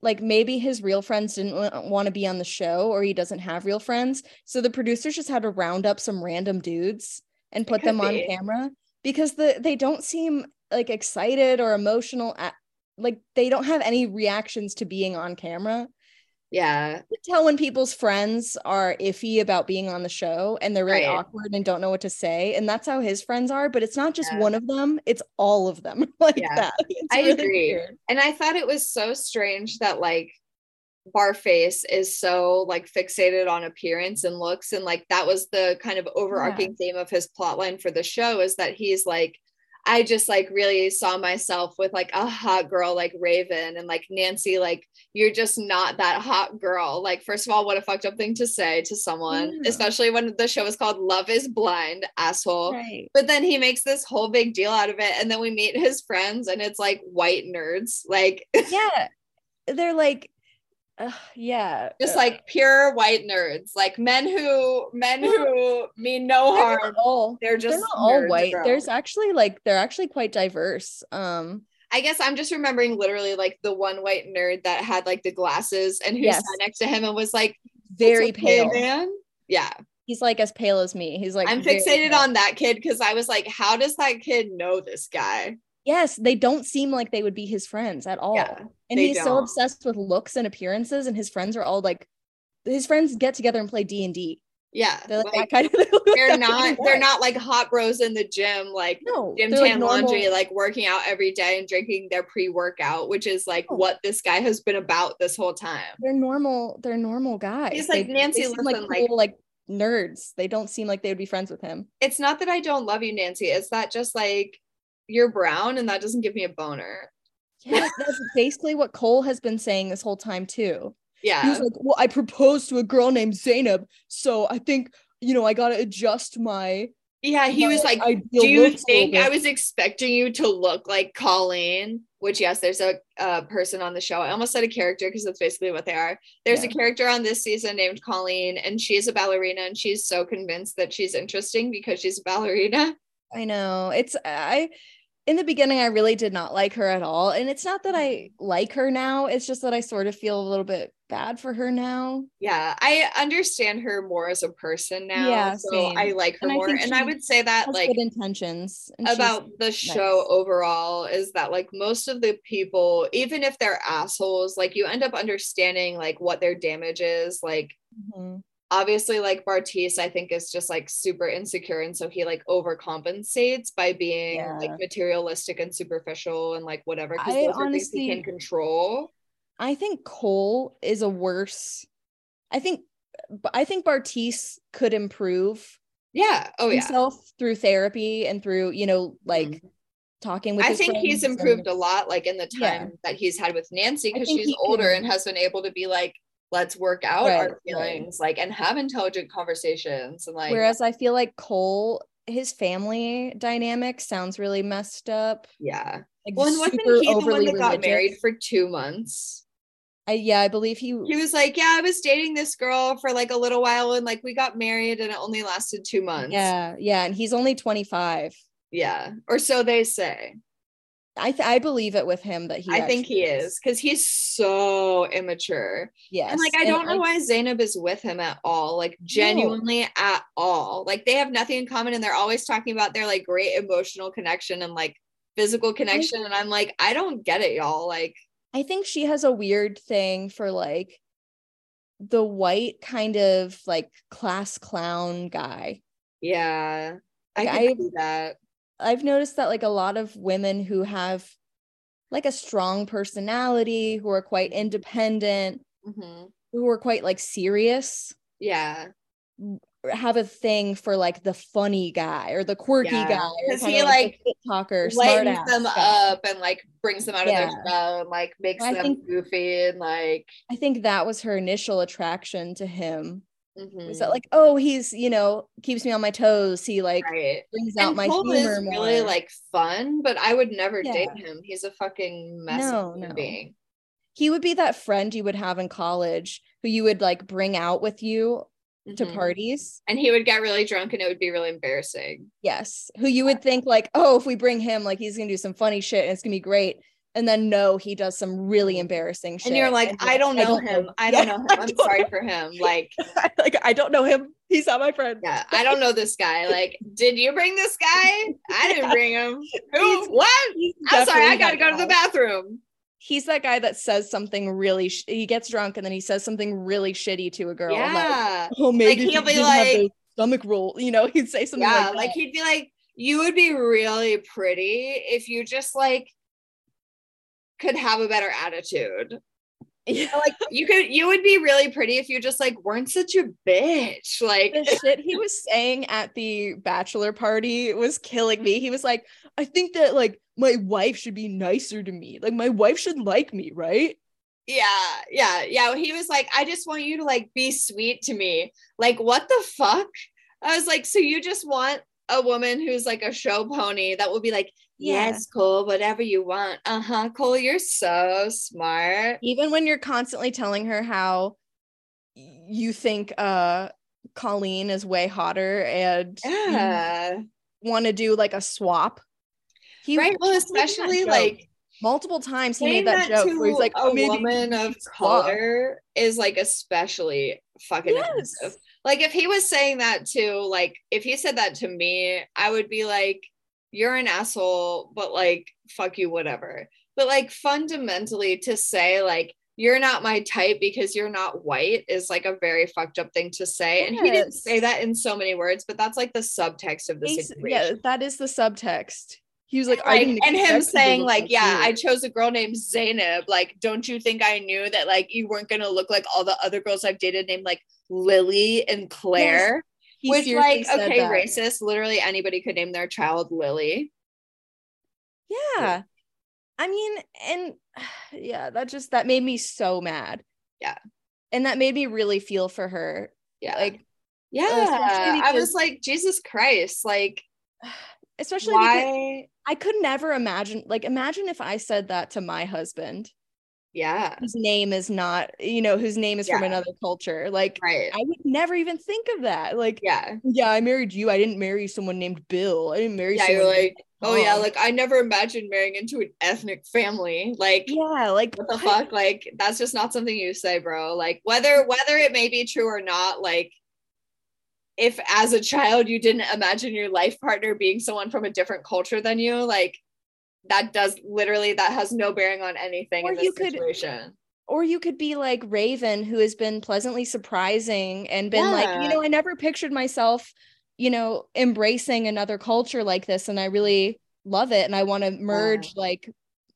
Speaker 2: like maybe his real friends didn't want to be on the show or he doesn't have real friends so the producers just had to round up some random dudes and put
Speaker 1: could
Speaker 2: them on
Speaker 1: be.
Speaker 2: camera because the they don't seem like excited or emotional at, like they don't have any reactions to being on camera
Speaker 1: yeah.
Speaker 2: You tell when people's friends are iffy about being on the show and they're really
Speaker 1: Right.
Speaker 2: awkward and don't know what to say and that's how his friends are but it's not just
Speaker 1: Yeah.
Speaker 2: one of them it's all of them <laughs> like
Speaker 1: Yeah.
Speaker 2: that It's
Speaker 1: I
Speaker 2: really
Speaker 1: agree.
Speaker 2: weird.
Speaker 1: And I thought it was so strange that like Barface is so like fixated on appearance and looks and like that was the kind of overarching theme of his plotline for the show is that he's like I just like really saw myself with like a hot girl like Raven and like Nancy like you're just not that hot girl. Like first of all what a fucked up thing to say to someone
Speaker 2: Yeah.
Speaker 1: especially when the show is called Love is Blind asshole.
Speaker 2: right
Speaker 1: But then he makes this whole big deal out of it. And then we meet his friends, and it's like white nerds, like
Speaker 2: yeah they're like ugh, yeah
Speaker 1: just
Speaker 2: uh,
Speaker 1: like pure white nerds, like men who men who mean no
Speaker 2: they're
Speaker 1: harm.
Speaker 2: not all
Speaker 1: They're just
Speaker 2: they're not all
Speaker 1: nerds,
Speaker 2: white
Speaker 1: bro.
Speaker 2: there's actually like they're actually quite diverse um
Speaker 1: I guess I'm just remembering literally like the one white nerd that had like the glasses and who
Speaker 2: Yes.
Speaker 1: sat next to him and was like "It's
Speaker 2: very
Speaker 1: okay,
Speaker 2: pale
Speaker 1: man. Yeah,
Speaker 2: he's like as pale as me he's like
Speaker 1: I'm
Speaker 2: very
Speaker 1: fixated
Speaker 2: pale.
Speaker 1: on that kid because I was like, how does that kid know this guy?
Speaker 2: yes they don't seem like they would be his friends at all
Speaker 1: Yeah,
Speaker 2: and
Speaker 1: they
Speaker 2: he's so
Speaker 1: don't.
Speaker 2: obsessed with looks and appearances and his friends are all like his friends get together and play d&d
Speaker 1: yeah.
Speaker 2: they're like,
Speaker 1: like,
Speaker 2: that kind of <laughs>
Speaker 1: they're
Speaker 2: that
Speaker 1: not
Speaker 2: kind of
Speaker 1: they're
Speaker 2: guy.
Speaker 1: not like hot bros in the gym, like
Speaker 2: no
Speaker 1: gym
Speaker 2: they're, like,
Speaker 1: tan laundry, like working out every day and drinking their pre-workout, which is like
Speaker 2: No.
Speaker 1: what this guy has been about this whole time.
Speaker 2: they're normal they're normal guys
Speaker 1: He's like,
Speaker 2: They-
Speaker 1: "Nancy,
Speaker 2: they seem like
Speaker 1: listen, like-
Speaker 2: cool, like nerds they don't seem like they would be friends
Speaker 1: <laughs>
Speaker 2: with him
Speaker 1: It's not that I don't love you, Nancy. It's that just like you're brown and that doesn't give me a boner.
Speaker 2: yeah that's basically what cole has been saying this whole time too
Speaker 1: Yeah.
Speaker 2: he's like well i proposed to a girl named zainab so i think you know i gotta adjust my
Speaker 1: Yeah. He was
Speaker 2: my
Speaker 1: like,
Speaker 2: ideal
Speaker 1: Do you
Speaker 2: looks a little
Speaker 1: think I
Speaker 2: bit."
Speaker 1: was expecting you to look like Colleen? Which yes, there's a, a person on the show. I almost said a character because that's basically what they are. There's a
Speaker 2: Yeah.
Speaker 1: character on this season named Colleen, and she's a ballerina, and she's so convinced that she's interesting because she's a ballerina.
Speaker 2: i know it's i in the beginning i really did not like her at all and it's not that i like her now it's just that i sort of feel a little bit bad for her now
Speaker 1: Yeah, I understand her more as a person now.
Speaker 2: Yeah,
Speaker 1: so
Speaker 2: same.
Speaker 1: I like her
Speaker 2: And I
Speaker 1: more.
Speaker 2: think
Speaker 1: and I
Speaker 2: she
Speaker 1: would say that
Speaker 2: Has
Speaker 1: like
Speaker 2: good intentions and she's-
Speaker 1: about the show
Speaker 2: nice.
Speaker 1: overall is that like most of the people, even if they're assholes, like you end up understanding like what their damage is. Like
Speaker 2: Mhm.
Speaker 1: obviously like Bartiz, I think is just like super insecure. And so he like overcompensates by being
Speaker 2: Yeah.
Speaker 1: like materialistic and superficial and like whatever. Because those
Speaker 2: I
Speaker 1: are things he
Speaker 2: honestly-
Speaker 1: can control.
Speaker 2: I think Cole is a worse. I think I think Bartice could improve
Speaker 1: Yeah. Oh yeah. Mm-hmm.
Speaker 2: himself through therapy and through you know like talking with.
Speaker 1: I
Speaker 2: his
Speaker 1: think he's
Speaker 2: friends and-
Speaker 1: improved a lot, like in the
Speaker 2: Yeah.
Speaker 1: time that he's had with Nancy,
Speaker 2: I
Speaker 1: because
Speaker 2: think
Speaker 1: she's
Speaker 2: he
Speaker 1: older
Speaker 2: can-
Speaker 1: and has been able to be like, let's work out
Speaker 2: Right,
Speaker 1: our
Speaker 2: right.
Speaker 1: feelings, like, and have intelligent conversations, and like,
Speaker 2: Whereas I feel like Cole, his family dynamic sounds really messed up.
Speaker 1: yeah.
Speaker 2: Like
Speaker 1: Well, and wasn't
Speaker 2: super
Speaker 1: he the one that
Speaker 2: overly
Speaker 1: got
Speaker 2: religious.
Speaker 1: married for two months?
Speaker 2: I, yeah, I believe he.
Speaker 1: He was like, yeah, I was dating this girl for like a little while, and like we got married, and it only lasted two months.
Speaker 2: yeah, yeah, and he's only twenty five.
Speaker 1: yeah, or so they say.
Speaker 2: I th- I believe it with him that he.
Speaker 1: I think
Speaker 2: actually
Speaker 1: he is because he's so immature.
Speaker 2: Yes,
Speaker 1: And like I don't know why Zainab is with him at all, like genuinely at all. Like they have nothing in common and they're always talking about their like great emotional connection and like physical connection. And I'm like, I don't get it, y'all. Like,
Speaker 2: I think she has a weird thing for like the white kind of like class clown guy.
Speaker 1: yeah. I
Speaker 2: Like,
Speaker 1: can
Speaker 2: I-
Speaker 1: see that.
Speaker 2: I've noticed that like a lot of women who have like a strong personality, who are quite independent,
Speaker 1: Mhm.
Speaker 2: who are quite like serious,
Speaker 1: Yeah.
Speaker 2: have a thing for like the funny guy or the quirky
Speaker 1: Yeah.
Speaker 2: guy. or
Speaker 1: 'Cause
Speaker 2: kinda,
Speaker 1: he,
Speaker 2: like,
Speaker 1: like,
Speaker 2: the shit talker, smart
Speaker 1: Lightens them up and like brings them out of
Speaker 2: Yeah.
Speaker 1: their shell and like makes
Speaker 2: I
Speaker 1: them
Speaker 2: think-
Speaker 1: goofy and like
Speaker 2: I think that was her initial attraction to him. Is
Speaker 1: mhm.
Speaker 2: that like, oh, he's, you know, keeps me on my toes. He like
Speaker 1: right.
Speaker 2: brings out
Speaker 1: and
Speaker 2: my
Speaker 1: Cole
Speaker 2: humor
Speaker 1: is
Speaker 2: more.
Speaker 1: really like fun, but I would never
Speaker 2: Yeah.
Speaker 1: date him. He's a fucking mess of
Speaker 2: No,
Speaker 1: human
Speaker 2: no.
Speaker 1: being.
Speaker 2: he would be that friend you would have in college who you would like bring out with you to
Speaker 1: Mhm.
Speaker 2: parties.
Speaker 1: And he would get really drunk and it would be really embarrassing.
Speaker 2: Yes. Who you would think like, oh, if we bring him, like he's gonna do some funny shit and it's gonna be great. And then no, he does some really embarrassing shit.
Speaker 1: And you're like, I don't know him. I don't
Speaker 2: Yeah,
Speaker 1: know him.
Speaker 2: I
Speaker 1: I'm
Speaker 2: don't
Speaker 1: sorry for him. Like,
Speaker 2: <laughs> like I don't know him. He's not my friend.
Speaker 1: yeah, I don't know this guy. Like, did you bring this guy? I didn't
Speaker 2: Yeah.
Speaker 1: bring
Speaker 2: <laughs>
Speaker 1: him. Who?
Speaker 2: He's-
Speaker 1: What?
Speaker 2: He's
Speaker 1: I'm sorry. I gotta
Speaker 2: definitely that
Speaker 1: go to the
Speaker 2: guy.
Speaker 1: bathroom.
Speaker 2: He's that guy that says something really. Sh- he gets drunk and then he says something really shitty to a girl. and, like,
Speaker 1: Yeah.
Speaker 2: oh, maybe
Speaker 1: he'll
Speaker 2: he'll
Speaker 1: be
Speaker 2: be like
Speaker 1: like-
Speaker 2: stomach roll. You know, <laughs> he'd say something
Speaker 1: yeah.
Speaker 2: like,
Speaker 1: Like,
Speaker 2: that.
Speaker 1: he'd be like, you would be really pretty if you just like could have a better attitude.
Speaker 2: <laughs> Yeah,
Speaker 1: Like you could you would be really pretty if you just like weren't such a bitch. Like
Speaker 2: the shit he was saying at the bachelor party was killing me. He was like, I think that like my wife should be nicer to me. Like my wife should like me, right?
Speaker 1: Yeah, yeah, yeah. He was like, I just want you to like be sweet to me. Like, what the fuck? I was like, so you just want a woman who's like a show pony that will be like,
Speaker 2: Yeah.
Speaker 1: yes, Cole, whatever you want. Uh huh, Cole, you're so smart.
Speaker 2: Even when you're constantly telling her how y- you think uh Colleen is way hotter and
Speaker 1: Yeah.
Speaker 2: want to do like a swap. He
Speaker 1: right. Well,
Speaker 2: kept making that
Speaker 1: especially
Speaker 2: joke.
Speaker 1: like
Speaker 2: multiple times he
Speaker 1: saying
Speaker 2: made that,
Speaker 1: that,
Speaker 2: joke
Speaker 1: to
Speaker 2: where he's like,
Speaker 1: a
Speaker 2: "Oh, maybe
Speaker 1: woman of
Speaker 2: swap."
Speaker 1: color is like especially fucking
Speaker 2: Yes.
Speaker 1: offensive. Like if he was saying that to like if he said that to me, I would be like, "You're an asshole," but like, "Fuck you," whatever. But like fundamentally, to say like. You're not my type because you're not white is like a very fucked up thing to say. And he didn't
Speaker 2: Yes.
Speaker 1: say that in so many words, but that's like the subtext of the
Speaker 2: He's-
Speaker 1: situation
Speaker 2: yeah, that is the subtext. He was like, I
Speaker 1: like,
Speaker 2: didn't
Speaker 1: and
Speaker 2: expect
Speaker 1: him
Speaker 2: you to
Speaker 1: saying
Speaker 2: look
Speaker 1: like yeah
Speaker 2: you."
Speaker 1: i chose a girl named zainab like don't you think i knew that like you weren't gonna look like all the other girls i've dated named like lily and claire
Speaker 2: He
Speaker 1: which
Speaker 2: seriously
Speaker 1: like
Speaker 2: said
Speaker 1: okay
Speaker 2: that.
Speaker 1: racist literally anybody could name their child lily
Speaker 2: Yeah. I mean, and <sighs> yeah, that just that made me so mad.
Speaker 1: Yeah.
Speaker 2: And that made me really feel for her.
Speaker 1: yeah
Speaker 2: Like, oh,
Speaker 1: yeah i was
Speaker 2: because-
Speaker 1: like jesus christ like
Speaker 2: especially because
Speaker 1: why
Speaker 2: I could never imagine like imagine if I said that to my husband,
Speaker 1: yeah
Speaker 2: whose name is not, you know, whose name is from
Speaker 1: Yeah.
Speaker 2: another culture. Like
Speaker 1: right
Speaker 2: I would never even think of that. Like, yeah.
Speaker 1: yeah
Speaker 2: I married you. I didn't marry someone named Bill. I didn't marry
Speaker 1: yeah
Speaker 2: someone
Speaker 1: you're
Speaker 2: named
Speaker 1: like oh yeah
Speaker 2: Tom."
Speaker 1: like i never imagined marrying into an ethnic family like
Speaker 2: yeah, like
Speaker 1: what the fuck like that's just not something you say bro like whether whether it may be true or not like if as a child you didn't imagine your life partner being someone from a different culture than you like that does literally that has no bearing on anything
Speaker 2: Or
Speaker 1: in this
Speaker 2: you could-
Speaker 1: situation
Speaker 2: or you could be like Raven, who has been pleasantly surprising and been like, you know, I never pictured myself, you know, embracing another culture like this. And I really love it. And I want to merge like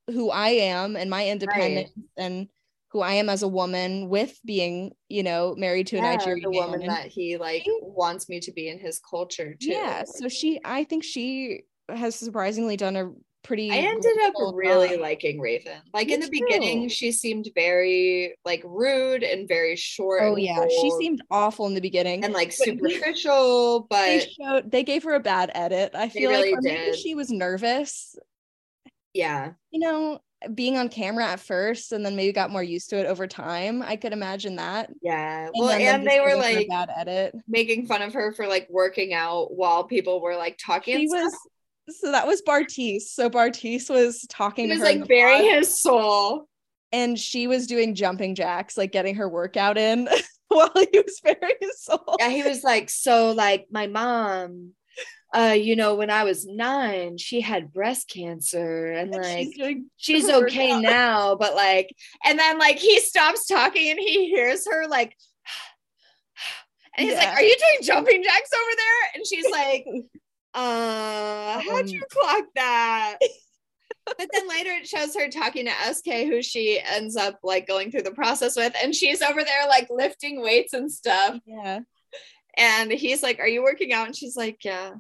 Speaker 2: who I am and my independence and who I am as a woman with being, you know, married to a
Speaker 1: Yeah,
Speaker 2: Nigerian
Speaker 1: the woman
Speaker 2: man.
Speaker 1: that he like
Speaker 2: She-
Speaker 1: wants me to be in his culture too
Speaker 2: yeah. So she, I think she has surprisingly done a pretty.
Speaker 1: I ended up
Speaker 2: wonderful
Speaker 1: really
Speaker 2: job.
Speaker 1: liking Raven. Like
Speaker 2: Me
Speaker 1: in the beginning,
Speaker 2: too.
Speaker 1: she seemed very like rude and very short.
Speaker 2: Oh
Speaker 1: and
Speaker 2: yeah, she
Speaker 1: cold
Speaker 2: seemed awful in the beginning.
Speaker 1: and like
Speaker 2: but they-
Speaker 1: superficial,
Speaker 2: they
Speaker 1: but
Speaker 2: showed they gave her a bad edit. I
Speaker 1: They
Speaker 2: feel
Speaker 1: really
Speaker 2: like or maybe
Speaker 1: did.
Speaker 2: she was nervous,
Speaker 1: yeah,
Speaker 2: you know, being on camera at first and then maybe got more used to it over time. I could imagine that. And
Speaker 1: yeah. Well,
Speaker 2: then
Speaker 1: and,
Speaker 2: them just
Speaker 1: they were
Speaker 2: giving her a
Speaker 1: like
Speaker 2: bad edit.
Speaker 1: making fun of her for like working out while people were like talking.
Speaker 2: She
Speaker 1: and stuff.
Speaker 2: was so that was Bartice. So Bartice was talking
Speaker 1: he
Speaker 2: to
Speaker 1: was
Speaker 2: her in
Speaker 1: like <laughs>
Speaker 2: the pod,
Speaker 1: burying his soul.
Speaker 2: and she was doing jumping jacks, like getting her workout in <laughs> while he was <laughs> burying his soul.
Speaker 1: Yeah, he was like, so like my mom. Uh, you know, when I was nine, she had breast cancer, and
Speaker 2: And
Speaker 1: like
Speaker 2: she's doing
Speaker 1: she's
Speaker 2: her
Speaker 1: okay
Speaker 2: workout.
Speaker 1: now, but like, and then like he stops talking and he hears her like, <sighs> and he's like,
Speaker 2: Yeah.
Speaker 1: "Are you doing jumping jacks over there?" And she's
Speaker 2: <laughs>
Speaker 1: like, "Uh, how'd
Speaker 2: Um.
Speaker 1: you clock that?" But then later it shows her talking to SK, who she ends up like going through the process with, and she's over there like lifting weights and stuff.
Speaker 2: Yeah.
Speaker 1: And he's like, "Are you working out?" And she's like, "Yeah."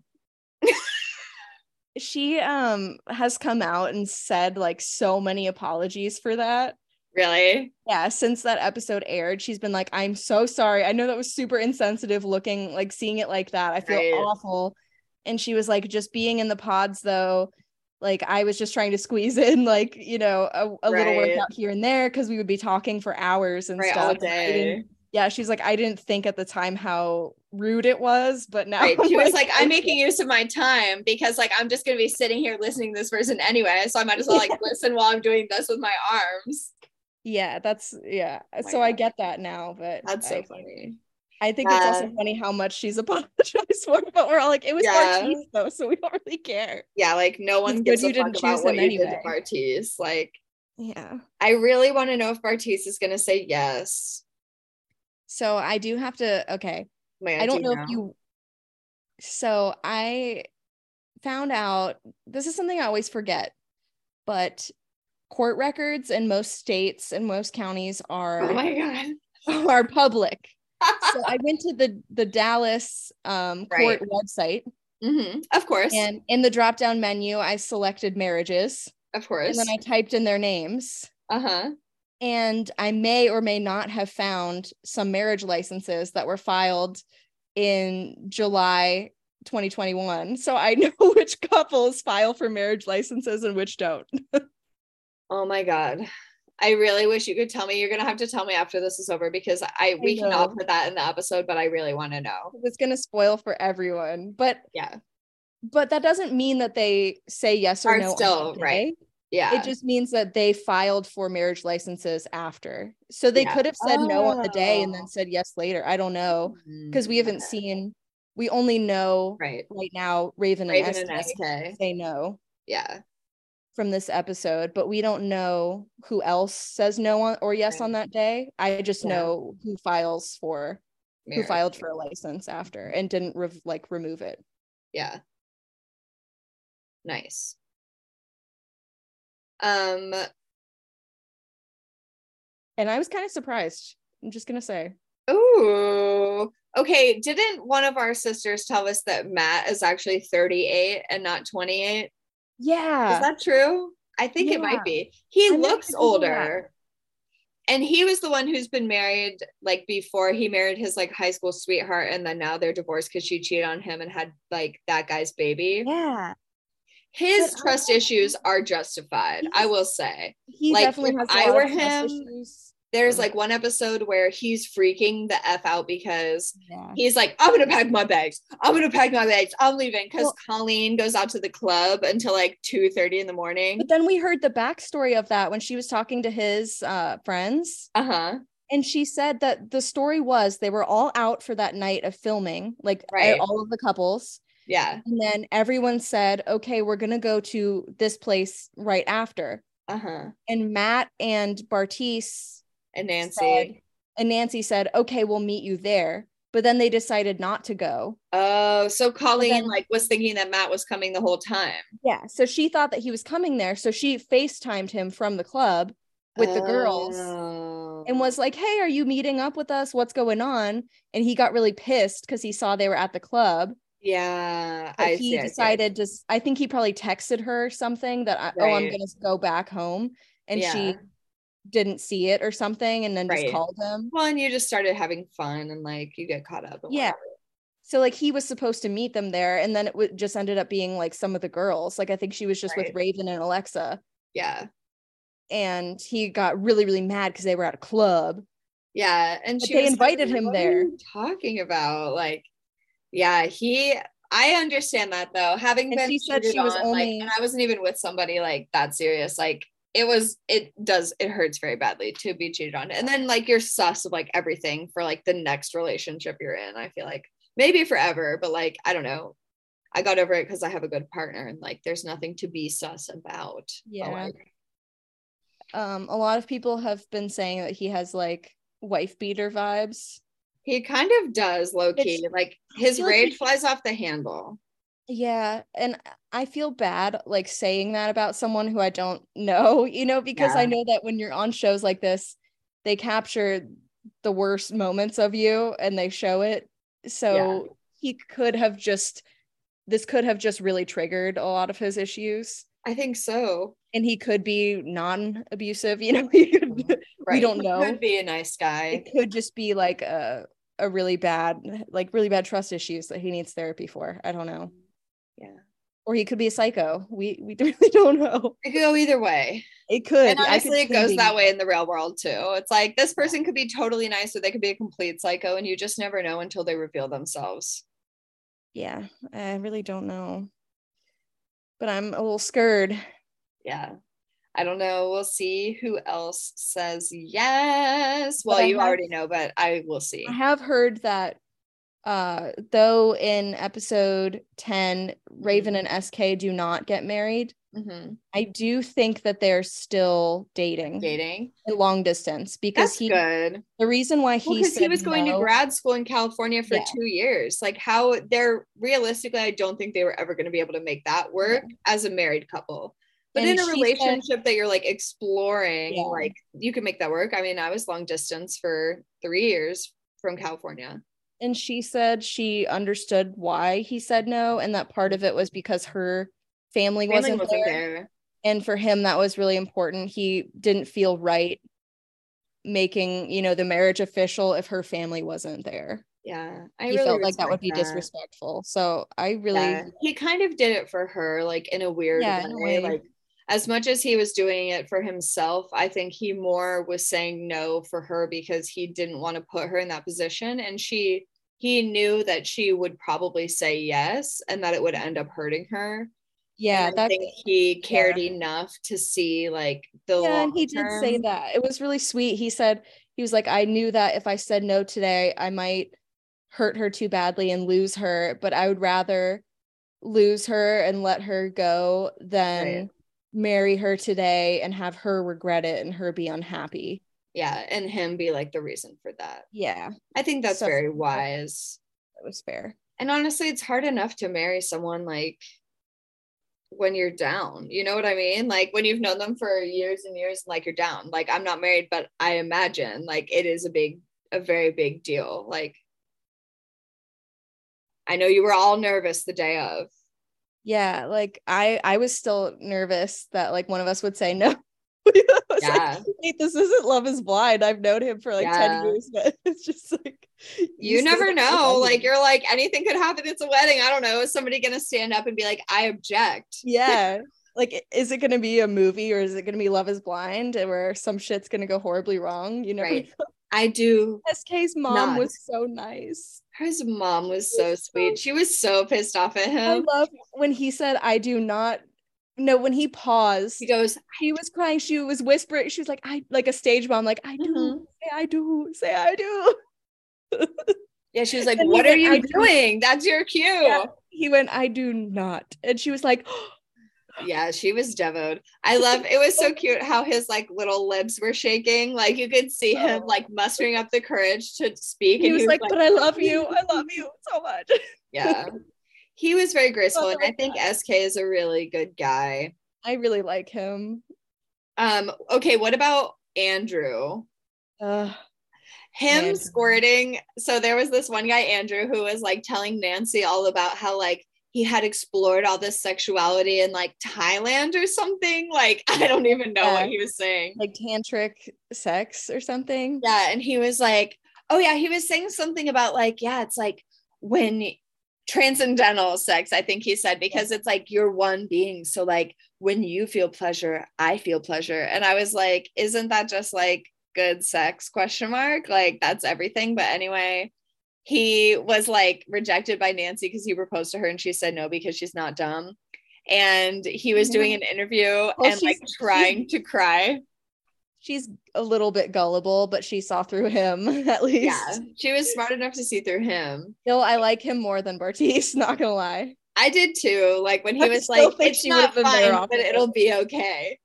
Speaker 2: She um has come out and said like so many apologies for that.
Speaker 1: Really?
Speaker 2: yeah since that episode aired she's been like i'm so sorry i know that was super insensitive looking like seeing it like that i feel
Speaker 1: Right.
Speaker 2: awful and she was like just being in the pods though like i was just trying to squeeze in <laughs> like you know a, a little
Speaker 1: Right.
Speaker 2: workout here and there because we would be talking for hours and
Speaker 1: Right
Speaker 2: stuff
Speaker 1: all
Speaker 2: and writing
Speaker 1: day.
Speaker 2: yeah, she's like, I didn't think at the time how rude it was, but
Speaker 1: <laughs>
Speaker 2: now <laughs>
Speaker 1: Right. She was like, I'm making use of my time because like I'm just gonna be sitting here listening to this person anyway. So I might as <laughs> well like listen while I'm doing this with my arms.
Speaker 2: yeah, that's yeah.
Speaker 1: Oh my
Speaker 2: so I
Speaker 1: God.
Speaker 2: get that now, but
Speaker 1: That's so
Speaker 2: I,
Speaker 1: funny.
Speaker 2: I think it's also funny how much she's <laughs> apologized for, but we're all like, it was
Speaker 1: Yeah.
Speaker 2: Bartiz though, so we don't really care.
Speaker 1: Yeah, like no one
Speaker 2: good
Speaker 1: gives
Speaker 2: you
Speaker 1: a
Speaker 2: didn't
Speaker 1: fuck about
Speaker 2: choose
Speaker 1: what
Speaker 2: him
Speaker 1: you did to
Speaker 2: anyway.
Speaker 1: Bartiz. Like
Speaker 2: Yeah.
Speaker 1: I really want to know if Bartiz is gonna say yes.
Speaker 2: So I do have to okay.
Speaker 1: Man,
Speaker 2: I
Speaker 1: do
Speaker 2: don't know if you so I found out this is something I always forget, but court records in most states and most counties are
Speaker 1: Oh my god.
Speaker 2: <laughs> are public.
Speaker 1: <laughs>
Speaker 2: So I went to the the Dallas um,
Speaker 1: Right.
Speaker 2: court website,
Speaker 1: <laughs> Mhm. Of course.
Speaker 2: and in the drop down menu, I selected marriages,
Speaker 1: of course.
Speaker 2: and then I typed in their names,
Speaker 1: uh-huh.
Speaker 2: and I may or may not have found some marriage licenses that were filed in July 2021. So I <laughs> know which couples file for marriage licenses and which don't. <laughs>
Speaker 1: Oh my god. I really wish you could tell me. You're gonna have to tell me after this is over because I we cannot
Speaker 2: know.
Speaker 1: put that in the episode, but I really want to know.
Speaker 2: It's going to spoil for everyone, but
Speaker 1: Yeah.
Speaker 2: but that doesn't mean that they say yes or
Speaker 1: Are
Speaker 2: no. on
Speaker 1: still,
Speaker 2: that
Speaker 1: right.
Speaker 2: day.
Speaker 1: Yeah.
Speaker 2: It just means that they filed for marriage licenses after. So they
Speaker 1: Yeah.
Speaker 2: could have said no on the day and
Speaker 1: Oh.
Speaker 2: then said yes later. I don't know because we
Speaker 1: Mm,
Speaker 2: haven't seen, we only know right,
Speaker 1: right.
Speaker 2: now Raven,
Speaker 1: Raven
Speaker 2: and,
Speaker 1: and
Speaker 2: SK
Speaker 1: SK.
Speaker 2: say no
Speaker 1: Yeah.
Speaker 2: from this episode, but we don't know who else says no on, or
Speaker 1: Right.
Speaker 2: yes on that day. I just
Speaker 1: Yeah.
Speaker 2: know who files for
Speaker 1: marriage.
Speaker 2: who filed for a license after and didn't rev- like remove it.
Speaker 1: Yeah. Nice. Um
Speaker 2: And I was kind of surprised. I'm just gonna say
Speaker 1: Ooh. Okay. Didn't one of our sisters tell us that Matt is actually 38 and not 28?
Speaker 2: yeah.
Speaker 1: Is that true? I think it might
Speaker 2: Yeah.
Speaker 1: be. He
Speaker 2: I never
Speaker 1: looks
Speaker 2: knew that.
Speaker 1: older. And he was the one who's been married like before he married his like high school sweetheart and then now they're divorced because she cheated on him and had like that guy's baby.
Speaker 2: yeah.
Speaker 1: His
Speaker 2: But I
Speaker 1: trust
Speaker 2: don't-
Speaker 1: issued are justified, I
Speaker 2: He's-
Speaker 1: will say.
Speaker 2: he
Speaker 1: Like,
Speaker 2: definitely
Speaker 1: if
Speaker 2: has. a
Speaker 1: I
Speaker 2: lot
Speaker 1: were
Speaker 2: of trust
Speaker 1: him-
Speaker 2: issues.
Speaker 1: There's
Speaker 2: Mhm.
Speaker 1: like one episode where he's freaking the F out because
Speaker 2: Yeah.
Speaker 1: he's like, I'm gonna pack my bags. I'm gonna pack my bags. I'm leaving because
Speaker 2: Well-
Speaker 1: Colleen goes out to the club until like 2 30 in the morning.
Speaker 2: But then we heard the backstory of that when she was talking to his uh, friends,
Speaker 1: Uh-huh.
Speaker 2: and she said that the story was they were all out for that night of filming, like e-
Speaker 1: Right.
Speaker 2: all of the couples,
Speaker 1: Yeah.
Speaker 2: and then everyone said, "Okay, we're gonna go to this place right after."
Speaker 1: Uh-huh.
Speaker 2: And Matt and Bartice
Speaker 1: And Nancy.
Speaker 2: said- and Nancy said, "Okay, we'll meet you there." But then they decided not to go.
Speaker 1: Oh, so Colleen
Speaker 2: then-
Speaker 1: like was thinking that Matt was coming the whole time
Speaker 2: Yeah. So she thought that he was coming there. So she FaceTimed him from the club with the
Speaker 1: Oh.
Speaker 2: girls and was like, Hey, are you meeting up with us? What's going on? And he got really pissed because he saw they were at the club.
Speaker 1: yeah.
Speaker 2: But
Speaker 1: I
Speaker 2: he
Speaker 1: see, I see, I see.
Speaker 2: decided to, I think he probably texted her something that, I, oh, I'm
Speaker 1: Right.
Speaker 2: going to go back home. And
Speaker 1: Yeah.
Speaker 2: she didn't see it or something and then
Speaker 1: Right.
Speaker 2: just called him.
Speaker 1: Well, and you just started having fun and like you get caught up. and
Speaker 2: Yeah. So like he was supposed to meet them there, and then it w- just ended up being like some of the girls. Like I think she was just
Speaker 1: Right.
Speaker 2: with Raven and Alexa,
Speaker 1: Yeah.
Speaker 2: and he got really really mad because they were at a club.
Speaker 1: Yeah. And
Speaker 2: But
Speaker 1: she
Speaker 2: they
Speaker 1: was like,
Speaker 2: invited him
Speaker 1: "What are
Speaker 2: there."
Speaker 1: you talking about like, yeah, he. I understand that though. Having
Speaker 2: And
Speaker 1: been
Speaker 2: she said
Speaker 1: cheated
Speaker 2: she was
Speaker 1: on,
Speaker 2: only-
Speaker 1: like, and I wasn't even with somebody like that serious. Like it was, it does, it hurts very badly to be cheated on, and then like you're sus of like everything for like the next relationship you're in. I feel like maybe forever, but like I don't know. I got over it because I have a good partner, and like there's nothing to be sus about. But,
Speaker 2: Yeah.
Speaker 1: like,
Speaker 2: um a lot of people have been saying that he has like wife beater vibes
Speaker 1: he kind of does low key. Like his
Speaker 2: feel like
Speaker 1: rage
Speaker 2: he-
Speaker 1: flies off the handle.
Speaker 2: yeah and i feel bad like saying that about someone who i don't know <laughs> you know because i
Speaker 1: Yeah.
Speaker 2: know that when you're on shows like this they capture the worst moments of you and they show it so he could have just this could have just really triggered a lot of his issues
Speaker 1: I think so.
Speaker 2: and he could be non-abusive <laughs> you know he could
Speaker 1: Right.
Speaker 2: don't
Speaker 1: He
Speaker 2: know.
Speaker 1: Could be a nice guy.
Speaker 2: it could just be like a a really bad like really bad trust issues that he needs therapy for i don't know
Speaker 1: Yeah.
Speaker 2: or he could be a psycho. We we <laughs> really don't know.
Speaker 1: It could go either way.
Speaker 2: It could.
Speaker 1: and
Speaker 2: I could
Speaker 1: honestly, it
Speaker 2: see
Speaker 1: goes
Speaker 2: being-
Speaker 1: that way in the real world too. It's like this person could be totally nice or they could be a complete psycho, and you just never know until they reveal themselves.
Speaker 2: Yeah, I really don't know. But I'm a little scared.
Speaker 1: Yeah. I don't know. We'll see who else says yes.
Speaker 2: But
Speaker 1: Well,
Speaker 2: I
Speaker 1: you
Speaker 2: have-
Speaker 1: already know, but I will see.
Speaker 2: I have heard that uh though in episode 10 Raven and SK do not get married,
Speaker 1: Mhm.
Speaker 2: I do think that they're still dating
Speaker 1: Dating.
Speaker 2: in long distance because
Speaker 1: That's
Speaker 2: he
Speaker 1: good.
Speaker 2: the reason why
Speaker 1: Well,
Speaker 2: he
Speaker 1: because
Speaker 2: said
Speaker 1: he was going
Speaker 2: no-
Speaker 1: to grad school in California for
Speaker 2: Yeah.
Speaker 1: two years. Like how they're realistically, I don't think they were ever going to be able to make that work as a married couple. But
Speaker 2: And
Speaker 1: in a
Speaker 2: she said-
Speaker 1: relationship that you're like exploring,
Speaker 2: Yeah.
Speaker 1: like you can make that work. I mean, I was long distance for three years from California.
Speaker 2: and she said she understood why he said no and that part of it was because her family,
Speaker 1: Family
Speaker 2: wasn't, there,
Speaker 1: there.
Speaker 2: and for him that was really important he didn't feel right making you know the marriage official if her family wasn't there
Speaker 1: Yeah. I
Speaker 2: he
Speaker 1: really
Speaker 2: felt like that would
Speaker 1: respect
Speaker 2: be disrespectful so i really
Speaker 1: Yeah. He kind of did it for her, like in a weird
Speaker 2: Yeah, in a
Speaker 1: way.
Speaker 2: way.
Speaker 1: Like as much as he was doing it for himself, I think he more was saying no for her because he didn't want to put her in that position. And she he knew that she would probably say yes and that it would end up hurting her.
Speaker 2: yeah
Speaker 1: And I
Speaker 2: that
Speaker 1: think he cared enough to see like the
Speaker 2: yeah and he did say
Speaker 1: long-term-
Speaker 2: that it was really sweet he said he was like i knew that if i said no today i might hurt her too badly and lose her but i would rather lose her and let her go than
Speaker 1: Right.
Speaker 2: marry her today and have her regret it and her be unhappy
Speaker 1: Yeah, and him be like the reason for that.
Speaker 2: yeah
Speaker 1: I think that's
Speaker 2: So-
Speaker 1: very wise.
Speaker 2: that was fair
Speaker 1: and honestly it's hard enough to marry someone like when you're down you know what i mean like when you've known them for years and years like you're down like i'm not married but i imagine like it is a big a very big deal like i know you were all nervous the day of
Speaker 2: Yeah, like I I was still nervous that like one of us would say no. <laughs> I was like,
Speaker 1: yeah
Speaker 2: "Wait, this isn't Love is Blind. I've known him for like 10
Speaker 1: Yeah.
Speaker 2: years, but <laughs> it's just like
Speaker 1: you
Speaker 2: still
Speaker 1: never
Speaker 2: don't
Speaker 1: know
Speaker 2: him.
Speaker 1: like you're like anything could happen it's a wedding i don't know is somebody gonna stand up and be like i object
Speaker 2: <laughs> Yeah. Like i- is it gonna be a movie or is it gonna be Love is Blind and where some shit's gonna go horribly wrong? You know, <laughs>
Speaker 1: right i do
Speaker 2: SK's mom
Speaker 1: Not.
Speaker 2: was so nice.
Speaker 1: his mom was
Speaker 2: She
Speaker 1: so
Speaker 2: was so-
Speaker 1: sweet she was so pissed off at
Speaker 2: I
Speaker 1: him
Speaker 2: love when he said I do not no, when he paused,
Speaker 1: he goes
Speaker 2: she was crying. She was whispering. She was like, I like a stage mom, like, I do,
Speaker 1: Mhm.
Speaker 2: say I do, say I do.
Speaker 1: Yeah, she was like,
Speaker 2: And he's
Speaker 1: "What
Speaker 2: like,
Speaker 1: are you
Speaker 2: "I do-
Speaker 1: doing? That's your cue." Yeah.
Speaker 2: Yeah. he went, I do not. And she was like,
Speaker 1: she was
Speaker 2: <laughs>
Speaker 1: devoed. I love it was so cute how his like little lips were shaking. Like you could see him
Speaker 2: Oh.
Speaker 1: like mustering up the courage to speak.
Speaker 2: he
Speaker 1: and
Speaker 2: was like, but I love you. I <laughs> love you so much.
Speaker 1: Yeah. He was very graceful. And I
Speaker 2: like
Speaker 1: think SK is a really good guy.
Speaker 2: I really like him.
Speaker 1: Um, okay, what about Andrew?
Speaker 2: Uh,
Speaker 1: him
Speaker 2: Andrew.
Speaker 1: squirting. So there was this one guy, Andrew, who was like telling Nancy all about how like he had explored all this sexuality in like Thailand or something. Like <laughs> I don't even know what
Speaker 2: Yeah.
Speaker 1: he was saying.
Speaker 2: like tantric sex or something.
Speaker 1: Yeah, and he was like, oh yeah, he was saying something about like yeah, it's like when transcendental sex i think he said because it's like you're one being so like when you feel pleasure i feel pleasure and i was like isn't that just like good sex question mark like that's everything but anyway he was like rejected by nancy because he proposed to her and she said no because she's not dumb and he was doing an interview and like
Speaker 2: she's-
Speaker 1: trying to cry
Speaker 2: She's a little bit gullible, but she saw through him <laughs> at least.
Speaker 1: yeah she was smart enough to see through him
Speaker 2: No, I like him more than Bartiz, <laughs> not gonna lie.
Speaker 1: I did too. Like when he
Speaker 2: I
Speaker 1: was
Speaker 2: still
Speaker 1: like,
Speaker 2: think
Speaker 1: "It's
Speaker 2: she
Speaker 1: not
Speaker 2: would've been better
Speaker 1: fine,
Speaker 2: off
Speaker 1: but
Speaker 2: with
Speaker 1: it'll be okay."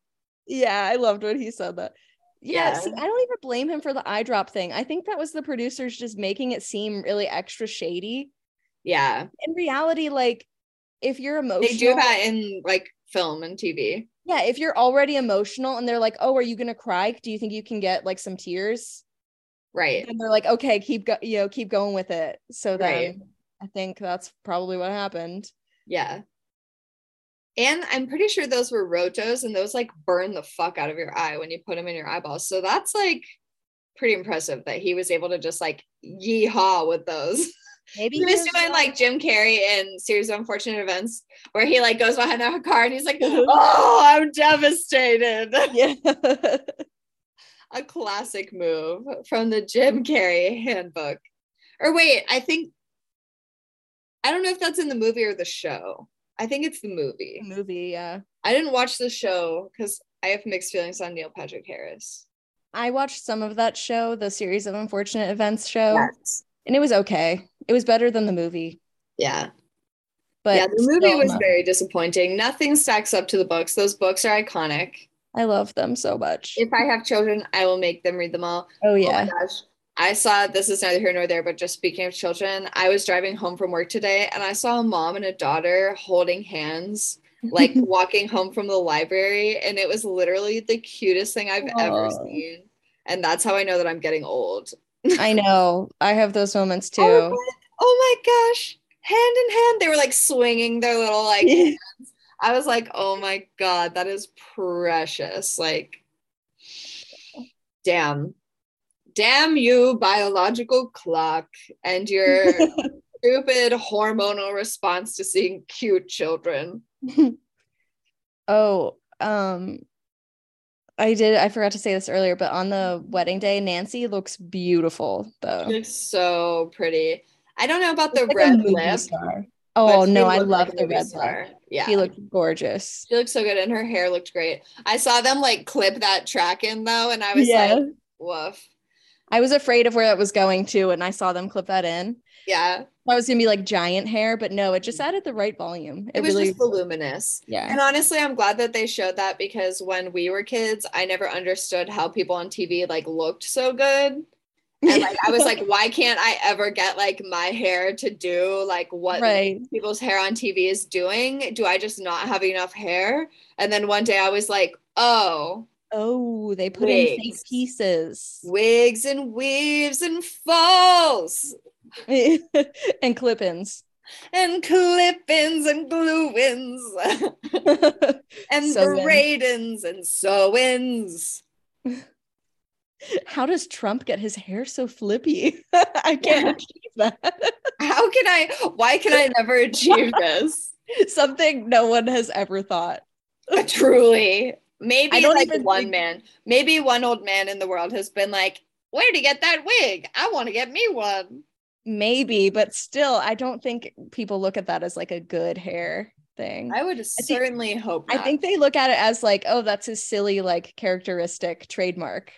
Speaker 2: Yeah, I loved when he said that. Yeah, see,
Speaker 1: Yeah.
Speaker 2: I don't even blame him for the eye drop thing. I think that was the producers just making it seem really extra shady.
Speaker 1: Yeah,
Speaker 2: in reality, like if you're emotional,
Speaker 1: they do that in like film and TV.
Speaker 2: yeah, if you're already emotional and they're like, "Oh, are you gonna cry? Do you think you can get like some tears?"
Speaker 1: Right.
Speaker 2: And they're like, "Okay, keep go, you know, keep going with it." So then
Speaker 1: Right.
Speaker 2: I think that's probably what happened.
Speaker 1: Yeah. And I'm pretty sure those were rotos, and those like burn the fuck out of your eye when you put them in your eyeballs. So that's like pretty impressive that he was able to just like yeehaw with those.
Speaker 2: Maybe
Speaker 1: He was
Speaker 2: his-
Speaker 1: doing like Jim Carrey in Series of Unfortunate Events, where he like goes behind a car and he's <laughs> like, "Oh, I'm devastated."
Speaker 2: <laughs>
Speaker 1: <laughs>
Speaker 2: yeah. <laughs>
Speaker 1: a classic move from the Jim Carrey handbook. Or wait, I think I don't know if that's in the movie or the show. I think it's the movie.
Speaker 2: movie. Yeah,
Speaker 1: I didn't watch the show because I have mixed feelings on Neil Patrick Harris.
Speaker 2: I watched some of that show, the series of unfortunate events show,
Speaker 1: Yes.
Speaker 2: and it was okay. It was better than the movie,
Speaker 1: Yeah.
Speaker 2: but
Speaker 1: yeah, the movie
Speaker 2: still
Speaker 1: was
Speaker 2: no.
Speaker 1: very disappointing. Nothing stacks up to the books. Those books are iconic.
Speaker 2: I love them so much.
Speaker 1: If I have children, I will make them read them all.
Speaker 2: oh
Speaker 1: Oh my <laughs>
Speaker 2: yeah,
Speaker 1: gosh. I saw this is neither here nor there, but just speaking of children, I was driving home from work today and I saw a mom and a daughter holding hands,
Speaker 2: <laughs>
Speaker 1: like walking home from the library. And it was literally the cutest thing I've ever
Speaker 2: Aw.
Speaker 1: seen. And that's how I know that I'm getting old.
Speaker 2: I know. I have those moments
Speaker 1: I was
Speaker 2: too.
Speaker 1: like, oh my gosh. Hand in hand. They were like swinging their little, like, I was like, oh my God, that is precious. Like, damn. Damn you, biological clock, and
Speaker 2: <laughs>
Speaker 1: your stupid hormonal response to seeing cute children.
Speaker 2: oh, um, I did. I forgot to say this earlier, but on the wedding day, Nancy looks beautiful though.
Speaker 1: It's so pretty. I don't know about the
Speaker 2: Looks like a
Speaker 1: red
Speaker 2: movie
Speaker 1: lip.
Speaker 2: star.
Speaker 1: but
Speaker 2: Oh
Speaker 1: she
Speaker 2: no, I
Speaker 1: looked
Speaker 2: love
Speaker 1: like a
Speaker 2: the
Speaker 1: movie
Speaker 2: red lip.
Speaker 1: star. Yeah.
Speaker 2: She looked gorgeous.
Speaker 1: she looked so good, and her hair looked great. I saw them like clip that track in though, and I was like, woof.
Speaker 2: I was afraid of where that was going to, and I saw them clip that in.
Speaker 1: Yeah.
Speaker 2: I was gonna be like giant hair, but no, it just added the right volume. It,
Speaker 1: It was
Speaker 2: really,
Speaker 1: just voluminous.
Speaker 2: yeah,
Speaker 1: And honestly, I'm glad that they showed that because when we were kids, I never understood how people on TV like looked so good. And
Speaker 2: <laughs>
Speaker 1: like I was like, why can't I ever get like my hair to do like what
Speaker 2: right.
Speaker 1: people's hair on TV is doing? Do I just not have enough hair? And then one day I was like, oh,
Speaker 2: Oh, they put in fake
Speaker 1: Wigs.
Speaker 2: pieces <laughs>
Speaker 1: wigs and weaves and falls
Speaker 2: and clip-ins. <laughs>
Speaker 1: and clip-ins and glue-ins <laughs> and
Speaker 2: Sew-in.
Speaker 1: braidins and sew-ins.
Speaker 2: How does Trump get his hair so flippy? <laughs>
Speaker 1: <laughs>
Speaker 2: I can't achieve that. <laughs>
Speaker 1: How can I? Why can I never <laughs> achieve this?
Speaker 2: Something no one has ever thought.
Speaker 1: Truly, maybe
Speaker 2: I don't
Speaker 1: like
Speaker 2: even
Speaker 1: one
Speaker 2: think-
Speaker 1: man, maybe one old man in the world has been like, "Where'd you get that wig? I want to get me one."
Speaker 2: Maybe, but still, I don't think people look at that as like a good hair thing.
Speaker 1: I would certainly hope.
Speaker 2: I
Speaker 1: Not.
Speaker 2: think they look at it as like, oh, that's his silly like characteristic trademark.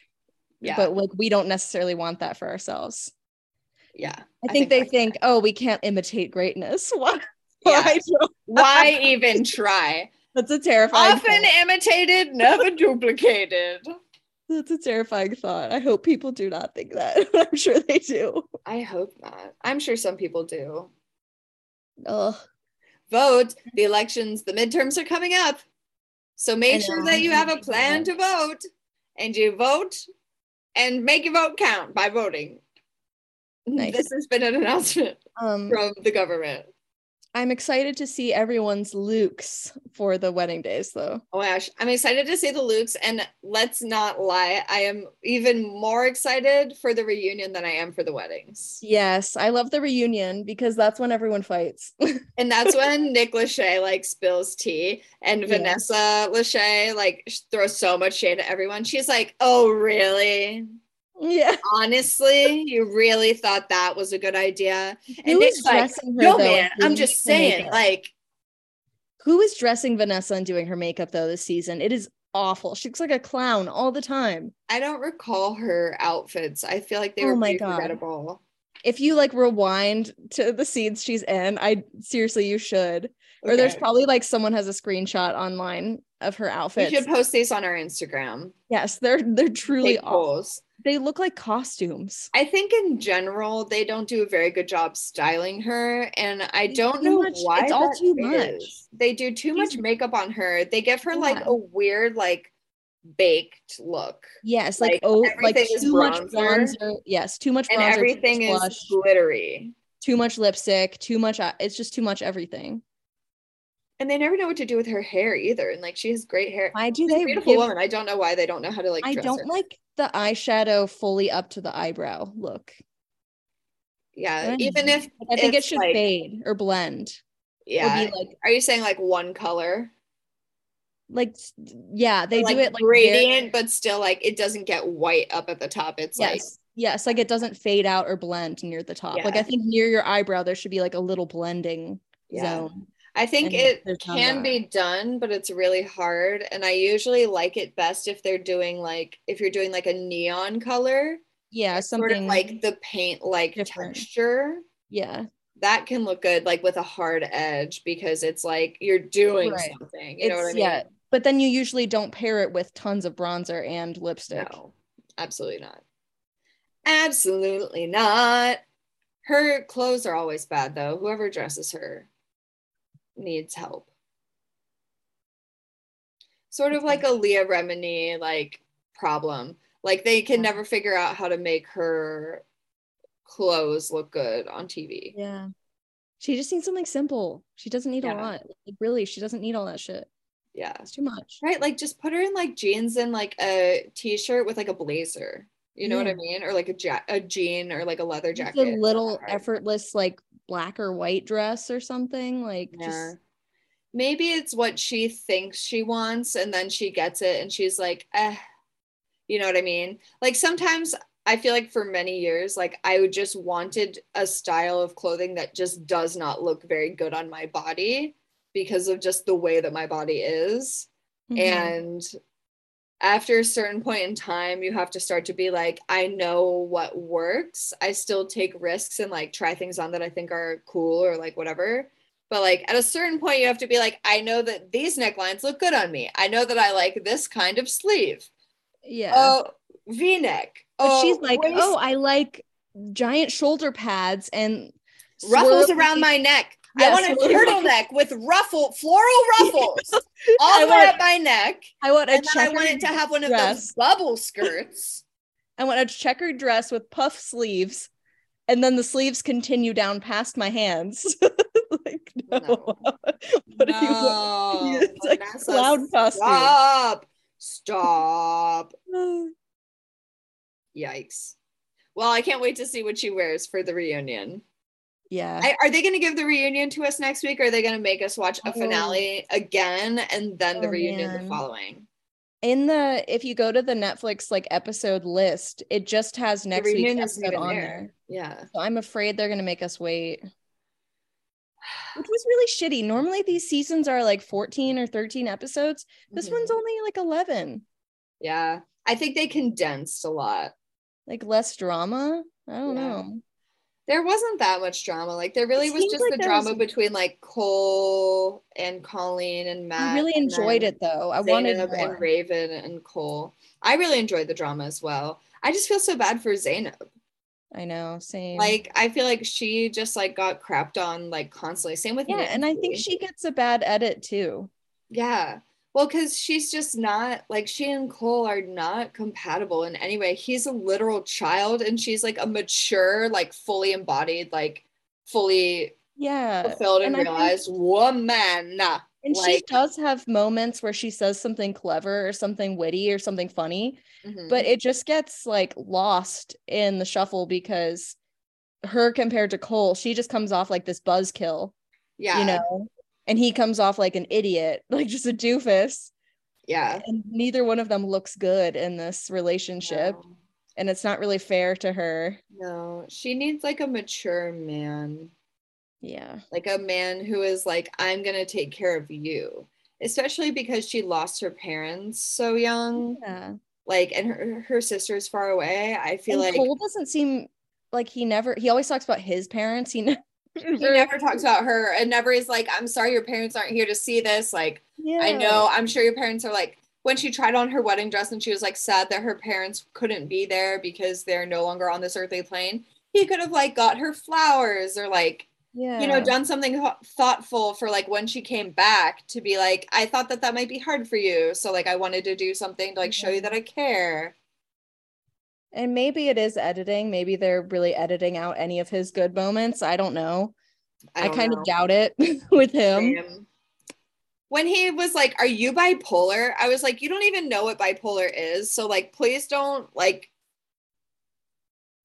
Speaker 1: yeah,
Speaker 2: But like we don't necessarily want that for ourselves.
Speaker 1: <laughs> yeah.
Speaker 2: I
Speaker 1: I
Speaker 2: think,
Speaker 1: think
Speaker 2: they
Speaker 1: that's
Speaker 2: think, oh, we can't imitate greatness. <laughs> Why?
Speaker 1: Yeah.
Speaker 2: why don't-
Speaker 1: <laughs> Why even try?
Speaker 2: That's a terrifying
Speaker 1: Often
Speaker 2: thought.
Speaker 1: imitated, never duplicated.
Speaker 2: that's a terrifying thought. I hope people do not think that. <laughs> I'm sure they do.
Speaker 1: I hope not. I'm sure some people do.
Speaker 2: Oh,
Speaker 1: Vote. The elections, the midterms are coming up. So
Speaker 2: I
Speaker 1: make sure
Speaker 2: know.
Speaker 1: that you have
Speaker 2: <laughs>
Speaker 1: a plan to vote and you vote and make your vote count by voting.
Speaker 2: Nice.
Speaker 1: This has been an announcement
Speaker 2: um,
Speaker 1: from the government.
Speaker 2: I'm excited to see everyone's looks for the wedding days, though.
Speaker 1: Oh my gosh. I'm excited to see the Lukes. And let's not lie, I am even more excited for the reunion than I am for the weddings.
Speaker 2: Yes, I love the reunion because that's when everyone fights. <laughs>
Speaker 1: And that's when <laughs> Nick Lachey like spills tea and
Speaker 2: Yeah.
Speaker 1: Vanessa Lachey like sh- throws so much shade at everyone. She's like, oh, really?
Speaker 2: yeah,
Speaker 1: honestly, you really thought that was a good idea. And
Speaker 2: Who
Speaker 1: Nick's
Speaker 2: is
Speaker 1: like,
Speaker 2: dressing her,
Speaker 1: no,
Speaker 2: though,
Speaker 1: man,
Speaker 2: and
Speaker 1: I'm
Speaker 2: doing
Speaker 1: just
Speaker 2: her makeup?"
Speaker 1: saying, like,
Speaker 2: Who is dressing Vanessa and doing her makeup though this season? It is awful. She looks like a clown all the time.
Speaker 1: I don't recall her outfits. I feel like they
Speaker 2: Oh
Speaker 1: were
Speaker 2: my
Speaker 1: pretty
Speaker 2: God.
Speaker 1: forgettable.
Speaker 2: If you like rewind to the scenes she's in, I seriously you should. Or there's
Speaker 1: Okay.
Speaker 2: probably like someone has a screenshot online of her
Speaker 1: we
Speaker 2: outfits.
Speaker 1: should post these on our Instagram.
Speaker 2: yes, they're they're truly
Speaker 1: Take
Speaker 2: awful.
Speaker 1: polls.
Speaker 2: They look like costumes.
Speaker 1: I think in general they don't do a very good job styling her, and I
Speaker 2: It's
Speaker 1: don't
Speaker 2: too
Speaker 1: know
Speaker 2: much-
Speaker 1: why
Speaker 2: it's all
Speaker 1: that
Speaker 2: too much.
Speaker 1: is. They do too
Speaker 2: She's-
Speaker 1: much makeup on her. They give her like
Speaker 2: Yeah.
Speaker 1: a weird, like baked look.
Speaker 2: Yes, like,
Speaker 1: Like,
Speaker 2: oh, like
Speaker 1: everything is
Speaker 2: too much
Speaker 1: bronzer.
Speaker 2: bronzer. Yes, too much
Speaker 1: And
Speaker 2: bronzer. too much
Speaker 1: everything is
Speaker 2: blush,
Speaker 1: glittery.
Speaker 2: too much lipstick, too much. eye- It's just too much everything.
Speaker 1: and they never know what to do with her hair either. And like she has great hair.
Speaker 2: Why do
Speaker 1: She's
Speaker 2: they
Speaker 1: a beautiful
Speaker 2: give
Speaker 1: woman. I don't know why they don't know how to like.
Speaker 2: I
Speaker 1: dress
Speaker 2: don't
Speaker 1: her.
Speaker 2: like the eyeshadow fully up to the eyebrow look.
Speaker 1: Yeah.
Speaker 2: Mm.
Speaker 1: Even if
Speaker 2: I think it
Speaker 1: it's
Speaker 2: should
Speaker 1: like-
Speaker 2: fade or blend. Or
Speaker 1: yeah.
Speaker 2: be like
Speaker 1: Are you saying like one color?
Speaker 2: like s- yeah, they
Speaker 1: like
Speaker 2: do it like very-
Speaker 1: gradient, but still like it doesn't get white up at the top. It's
Speaker 2: yes.
Speaker 1: like
Speaker 2: yes, like it doesn't fade out or blend near the top. Like
Speaker 1: Yeah.
Speaker 2: I think near your eyebrow there should be like a little blending
Speaker 1: yeah.
Speaker 2: zone.
Speaker 1: I think
Speaker 2: And
Speaker 1: it
Speaker 2: there's none of
Speaker 1: can
Speaker 2: that.
Speaker 1: be done, but it's really hard. And I usually like it best if they're doing like if you're doing like a neon color,
Speaker 2: Yeah, something
Speaker 1: sort of like the paint like
Speaker 2: different.
Speaker 1: texture.
Speaker 2: yeah.
Speaker 1: That can look good like with a hard edge because it's like you're doing
Speaker 2: Right.
Speaker 1: something. You know
Speaker 2: It's-
Speaker 1: what I mean?
Speaker 2: yeah. But then you usually don't pair it with tons of bronzer and lipstick.
Speaker 1: No, absolutely not. Absolutely not. Her clothes are always bad though. Whoever dresses her needs help. Sort of like a Leah Remini like problem. Like they can
Speaker 2: Yeah.
Speaker 1: never figure out how to make her clothes look good on TV.
Speaker 2: Yeah. She just needs something simple. She doesn't need
Speaker 1: Yeah.
Speaker 2: a lot. Like really, she doesn't need all that shit.
Speaker 1: Yeah.
Speaker 2: It's too much.
Speaker 1: Right? Like just put her in like jeans and like a t-shirt with like a blazer. You know what I
Speaker 2: Yeah.
Speaker 1: mean? Or like a ja- a jean or like a leather
Speaker 2: Just
Speaker 1: jacket.
Speaker 2: a little
Speaker 1: Or-
Speaker 2: effortless like black or white dress or something like
Speaker 1: Yeah.
Speaker 2: just
Speaker 1: Maybe it's what she thinks she wants and then she gets it and she's like, eh. You know what I mean? Like sometimes I feel like for many years, like I would just wanted a style of clothing that just does not look very good on my body because of just the way that my body is.
Speaker 2: Mhm.
Speaker 1: And after a certain point in time, you have to start to be like, I know what works. I still take risks and like try things on that I think are cool or like whatever. But like at a certain point, you have to be like, I know that these necklines look good on me. I know that I like this kind of sleeve.
Speaker 2: yeah.
Speaker 1: Oh, V neck.
Speaker 2: but
Speaker 1: Oh,
Speaker 2: she's like,
Speaker 1: waist
Speaker 2: "Oh, I like giant shoulder pads and
Speaker 1: ruffles
Speaker 2: swirly-
Speaker 1: around my neck. I
Speaker 2: Yeah,
Speaker 1: want a
Speaker 2: swirly-
Speaker 1: turtleneck with ruffle,
Speaker 2: <laughs>
Speaker 1: floral ruffles
Speaker 2: I
Speaker 1: all
Speaker 2: want-
Speaker 1: around my neck.
Speaker 2: I want a
Speaker 1: And then I want it
Speaker 2: checkered
Speaker 1: to have one of
Speaker 2: dress.
Speaker 1: those bubble skirts.
Speaker 2: I want a checkered dress with puff sleeves." And then the sleeves continue down past my hands. <laughs> like, no.
Speaker 1: No.
Speaker 2: <laughs> what are you wearing?
Speaker 1: No,
Speaker 2: <laughs> It's like
Speaker 1: Vanessa,
Speaker 2: clown costume.
Speaker 1: Stop. Stop. Yikes. Well, I can't wait to see what she wears for the reunion.
Speaker 2: <sighs> Yeah.
Speaker 1: I, are they going to give the reunion to us next week? Or are they going to make us watch a
Speaker 2: Oh.
Speaker 1: finale again and then the
Speaker 2: Oh,
Speaker 1: reunion the
Speaker 2: man.
Speaker 1: following?
Speaker 2: in the if you go to the Netflix like episode list, it just has next week's
Speaker 1: reunion isn't
Speaker 2: episode
Speaker 1: even
Speaker 2: on there.
Speaker 1: there. Yeah.
Speaker 2: So I'm afraid they're gonna make
Speaker 1: <sighs>
Speaker 2: us wait. Which was really shitty. Normally these seasons are like 14 or 13 episodes. This
Speaker 1: Mhm.
Speaker 2: one's only like 11.
Speaker 1: Yeah. I think they condensed a lot.
Speaker 2: Like less drama. I don't
Speaker 1: Yeah.
Speaker 2: know.
Speaker 1: There wasn't that much drama. Like there really
Speaker 2: It
Speaker 1: was
Speaker 2: seems
Speaker 1: just
Speaker 2: like
Speaker 1: the
Speaker 2: there
Speaker 1: drama
Speaker 2: was-
Speaker 1: between like Cole and Colleen and Matt.
Speaker 2: I really
Speaker 1: and
Speaker 2: enjoyed
Speaker 1: then-
Speaker 2: it though. I wanted
Speaker 1: Zainab
Speaker 2: more.
Speaker 1: and Raven and Cole. I really enjoyed the drama as well. I just feel so bad for Zainab.
Speaker 2: I know, same.
Speaker 1: Like I feel like she just like got crapped on like constantly. Same with
Speaker 2: yeah, and I think
Speaker 1: Nancy.
Speaker 2: she gets a bad edit too.
Speaker 1: yeah. Well, because she's just not like she and Cole are not compatible in any way. He's a literal child and she's like a mature, like fully embodied, like fully
Speaker 2: Yeah.
Speaker 1: fulfilled and,
Speaker 2: Uh, and I think-
Speaker 1: realized woman.
Speaker 2: And she
Speaker 1: Like-
Speaker 2: does have moments where she says something clever or something witty or something funny,
Speaker 1: Mhm.
Speaker 2: but it just gets like lost in the shuffle because her compared to Cole, she just comes off like this buzzkill,
Speaker 1: yeah,
Speaker 2: you know, and he comes off like an idiot, <laughs> like just a doofus.
Speaker 1: yeah.
Speaker 2: And neither one of them looks good in this relationship,
Speaker 1: No.
Speaker 2: and it's not really fair to her.
Speaker 1: No, she needs like a mature man,
Speaker 2: Yeah.
Speaker 1: like a man who is like, I'm going to take care of you, especially because she lost her parents so young.
Speaker 2: Yeah.
Speaker 1: Like, and her, her sister's far away. I feel like
Speaker 2: And Cole doesn't seem like he never, he always talks about his parents.
Speaker 1: <laughs>
Speaker 2: He never,
Speaker 1: he never talks about her and never is like, I'm sorry your parents aren't here to see this. Like, I
Speaker 2: Yeah.
Speaker 1: know, I'm sure your parents are like, when she tried on her wedding dress and she was like sad that her parents couldn't be there because they're no longer on this earthly plane, he could have like got her flowers or like,
Speaker 2: Yeah.
Speaker 1: you know done something ho- thoughtful for like when she came back to be like i thought that that might be hard for you so like i wanted to do something to like show you
Speaker 2: Mm-hmm.
Speaker 1: that i care
Speaker 2: And maybe it is editing. Maybe they're really editing out any of his good moments. I don't know. I,
Speaker 1: don't
Speaker 2: kind
Speaker 1: know.
Speaker 2: of doubt it <laughs> with him.
Speaker 1: Same. when he was like are you bipolar i was like you don't even know what bipolar is so like please don't like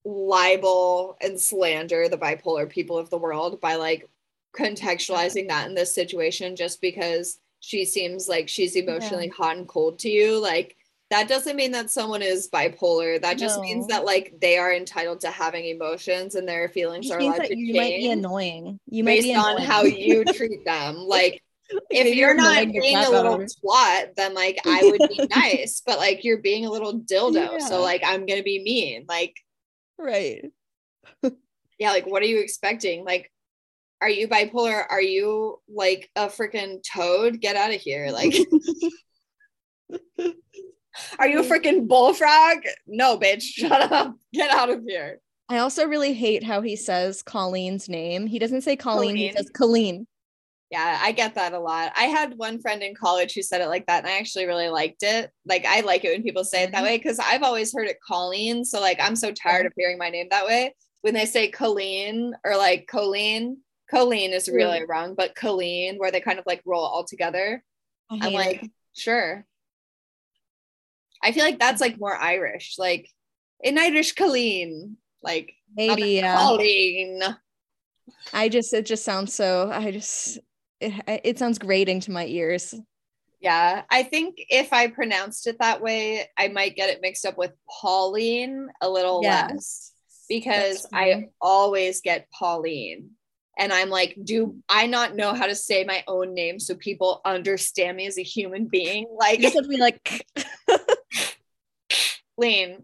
Speaker 1: libel and slander the bipolar people of the world by like contextualizing that in this situation just because she seems like she's emotionally hot and cold to you like that doesn't mean that someone is bipolar that just
Speaker 2: No.
Speaker 1: means that like they are entitled to having emotions and their feelings
Speaker 2: Just
Speaker 1: are
Speaker 2: means
Speaker 1: allowed
Speaker 2: that
Speaker 1: to
Speaker 2: you might be
Speaker 1: change
Speaker 2: annoying. You might
Speaker 1: based
Speaker 2: be
Speaker 1: on
Speaker 2: annoying. <laughs>
Speaker 1: how you treat them like if
Speaker 2: Maybe
Speaker 1: you're not
Speaker 2: annoying your
Speaker 1: being a
Speaker 2: cat
Speaker 1: little
Speaker 2: daughter.
Speaker 1: twat, then like I would
Speaker 2: <laughs>
Speaker 1: be nice, but like you're being a little dildo.
Speaker 2: Yeah.
Speaker 1: So like I'm gonna be mean. Like,
Speaker 2: right.
Speaker 1: yeah, like what are you expecting? Like, are you bipolar? Are you like a freaking toad? Get out of here.
Speaker 2: <laughs>
Speaker 1: Like are you a freaking bullfrog? No, bitch, <laughs> shut up. Get out of here.
Speaker 2: I also really hate how he says Colleen's name. He doesn't say Colleen, he
Speaker 1: Colleen.
Speaker 2: says Colleen.
Speaker 1: Yeah, I get that a lot. I had one friend in college who said it like that, and I actually really liked it. Like, I like it when people say
Speaker 2: Mm-hmm.
Speaker 1: it that way because I've always heard it Colleen. So, like, I'm so tired of hearing my name that way. When they say Colleen or like Colleen, Colleen is really wrong, but Colleen, where they kind of like roll it all together,
Speaker 2: I
Speaker 1: I'm
Speaker 2: hate
Speaker 1: like,
Speaker 2: it.
Speaker 1: sure. I feel like that's like more Irish, like in Irish Colleen, like not
Speaker 2: maybe yeah.
Speaker 1: Colleen.
Speaker 2: I just it just sounds so I just it, it sounds grating to my ears.
Speaker 1: Yeah, I think if I pronounced it that way, I might get it mixed up with Pauline a little
Speaker 2: Yeah.
Speaker 1: less because
Speaker 2: That's
Speaker 1: I
Speaker 2: fine.
Speaker 1: always get Pauline. And I'm like, do I not know how to say my own name so people understand me as a human being? <laughs>
Speaker 2: I
Speaker 1: Like,
Speaker 2: just have to be like <laughs>
Speaker 1: Lean.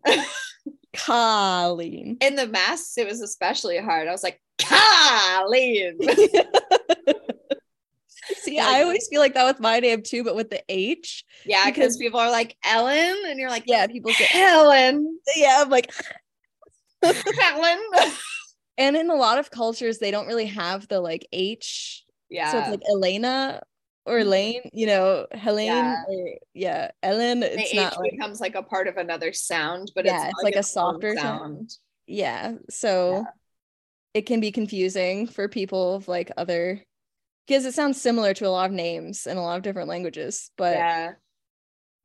Speaker 2: Colleen.
Speaker 1: <laughs> In the masks, it was especially hard. I was like, Colleen.
Speaker 2: See,
Speaker 1: Yeah,
Speaker 2: I
Speaker 1: like-
Speaker 2: always feel like that with my name too, but with the H.
Speaker 1: <laughs> Yeah, because
Speaker 2: Because-
Speaker 1: people are like, Ellen. And you're like,
Speaker 2: Yeah, people say
Speaker 1: Helen.
Speaker 2: <laughs>
Speaker 1: <laughs>
Speaker 2: yeah, I'm like
Speaker 1: Helen. <laughs>
Speaker 2: and in a lot of cultures they don't really have the like H.
Speaker 1: yeah. Mm-hmm.
Speaker 2: So it's like Elena or Elaine, you know, Helene
Speaker 1: Yeah.
Speaker 2: or yeah, Ellen.
Speaker 1: the
Speaker 2: It's
Speaker 1: H
Speaker 2: not like
Speaker 1: becomes like a part of another sound, but
Speaker 2: Yeah,
Speaker 1: it's,
Speaker 2: it's like a
Speaker 1: its own
Speaker 2: softer
Speaker 1: sound.
Speaker 2: yeah so it can be confusing for people of like other because it sounds similar to a lot of names in a lot of different languages but
Speaker 1: yeah.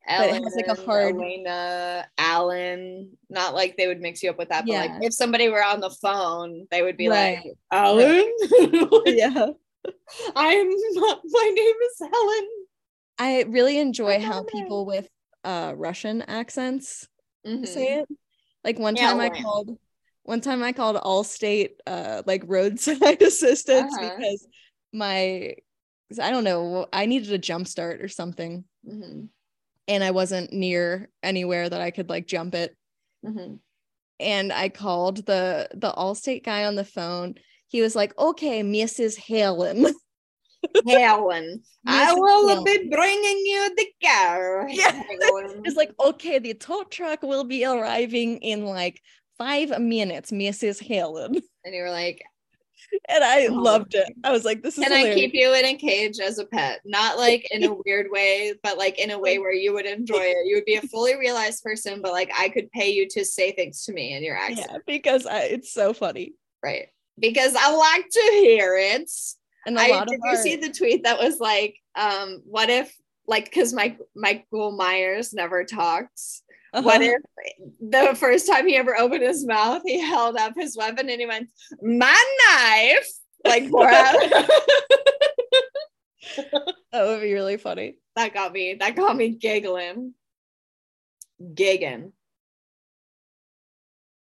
Speaker 2: but it has, like, a
Speaker 1: Ellen,
Speaker 2: hard-
Speaker 1: Elena, Alan. Not like they would mix you up with that, but
Speaker 2: Yeah.
Speaker 1: like if somebody were on the phone, they would be
Speaker 2: right
Speaker 1: like, Alan,
Speaker 2: <laughs>
Speaker 1: <laughs>
Speaker 2: yeah
Speaker 1: I'm not, my name is Helen.
Speaker 2: i really enjoy
Speaker 1: That's
Speaker 2: how
Speaker 1: all right.
Speaker 2: people with uh russian accents
Speaker 1: Mhm.
Speaker 2: say it like one
Speaker 1: Yeah,
Speaker 2: time i
Speaker 1: Elaine.
Speaker 2: called one time i called allstate uh like roadside <laughs> assistance
Speaker 1: Uh-huh.
Speaker 2: because my 'cause i don't know i needed a jump start or something mm-hmm,
Speaker 1: Mhm.
Speaker 2: and i wasn't near anywhere that i could like jump it mm-hmm.
Speaker 1: Mhm.
Speaker 2: and I called the the Allstate guy on the phone. He was like, "Okay, Mrs. Helen." <laughs>
Speaker 1: Helen, I will
Speaker 2: Helen.
Speaker 1: be bringing you the car.
Speaker 2: Yeah.
Speaker 1: Helen.
Speaker 2: <laughs> It's like, "Okay, the tow truck will be arriving in like five minutes, Mrs. Helen." <laughs>
Speaker 1: and you were like,
Speaker 2: And I
Speaker 1: Oh.
Speaker 2: loved it. I was like, "This is
Speaker 1: Can I
Speaker 2: hilarious."
Speaker 1: keep you in a cage as a pet? Not like in
Speaker 2: <laughs>
Speaker 1: a weird way, but like in a way where you would enjoy it. You would be a fully realized person, but like I could pay you to say things to me in your accent,
Speaker 2: yeah, because I, it's so funny.
Speaker 1: right? Because I like to hear it.
Speaker 2: And a
Speaker 1: I
Speaker 2: lot
Speaker 1: did
Speaker 2: of
Speaker 1: you
Speaker 2: our,
Speaker 1: see the tweet that was like, um, what if like because Mike Michael Myers never talks. What
Speaker 2: Uh-huh. <laughs>
Speaker 1: if the first time he ever opened his mouth, he held up his weapon and he went, "My knife,"
Speaker 2: <laughs>
Speaker 1: like Borat.
Speaker 2: that would be really funny.
Speaker 1: that got me that got me giggling gigging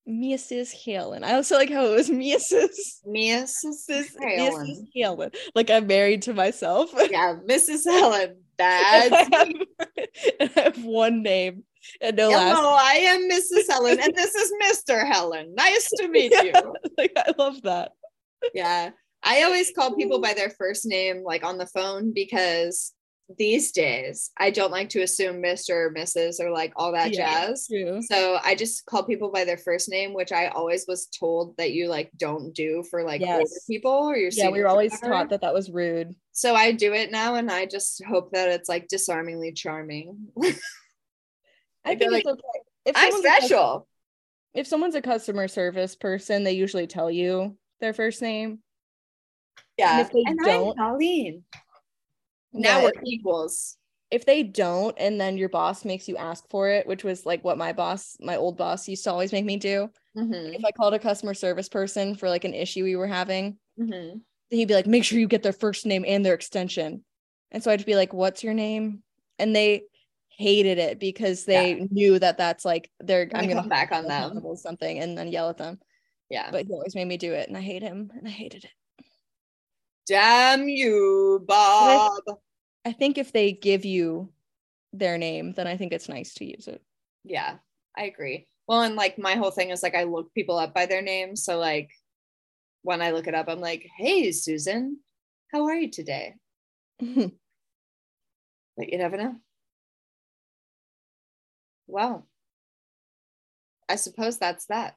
Speaker 2: Mrs. Helen. I also like how it was <laughs> Mrs.
Speaker 1: mrs
Speaker 2: Mrs. Mrs.
Speaker 1: helen
Speaker 2: Helen. Like I'm married to myself. <laughs>
Speaker 1: yeah <laughs> mrs helen
Speaker 2: And
Speaker 1: that's
Speaker 2: I, have, <laughs> and I have one name and no last.
Speaker 1: hello Oh, i am mrs helen and this is mr helen nice to meet
Speaker 2: Yeah.
Speaker 1: you
Speaker 2: <laughs> Like I love that.
Speaker 1: <laughs> yeah i always call people by their first name like on the phone because these days i don't like to assume mr or mrs or like all that
Speaker 2: Yeah.
Speaker 1: jazz
Speaker 2: True.
Speaker 1: So I just call people by their first name, which I always was told that you like don't do for like older
Speaker 2: Yes.
Speaker 1: people or your
Speaker 2: Yeah,
Speaker 1: seniors
Speaker 2: we were
Speaker 1: or
Speaker 2: always
Speaker 1: whatever.
Speaker 2: taught that that was rude.
Speaker 1: So I do it now, and I just hope that it's like disarmingly charming.
Speaker 2: I
Speaker 1: Like,
Speaker 2: think
Speaker 1: they're
Speaker 2: it's okay. If
Speaker 1: I'm
Speaker 2: someone's a cus-
Speaker 1: special.
Speaker 2: if someone's a customer service person, they usually tell you their first name.
Speaker 1: Yeah,
Speaker 2: if they
Speaker 1: and I'm
Speaker 2: don't-
Speaker 1: Colleen. Now
Speaker 2: But
Speaker 1: we're equals.
Speaker 2: if they don't and then your boss makes you ask for it which was like what my boss my old boss used to always make me do
Speaker 1: Mhm.
Speaker 2: if i called a customer service person for like an issue we were having
Speaker 1: Mhm.
Speaker 2: he'd be like make sure you get their first name and their extension and so i'd be like what's your name and they hated it because they knew that that's like they're
Speaker 1: Gonna come back
Speaker 2: hold <laughs>
Speaker 1: on them.
Speaker 2: accountable or something and then yell at them
Speaker 1: Yeah.
Speaker 2: but he always made me do it and i hate him and i hated it
Speaker 1: Damn you, Bob.
Speaker 2: i think if they give you their name then i think it's nice to use it
Speaker 1: Yeah, I agree. Well, and like my whole thing is like I look people up by their name. So like when I look it up, I'm like, hey Susan, how are you today? But you never know. Well, I suppose that's that.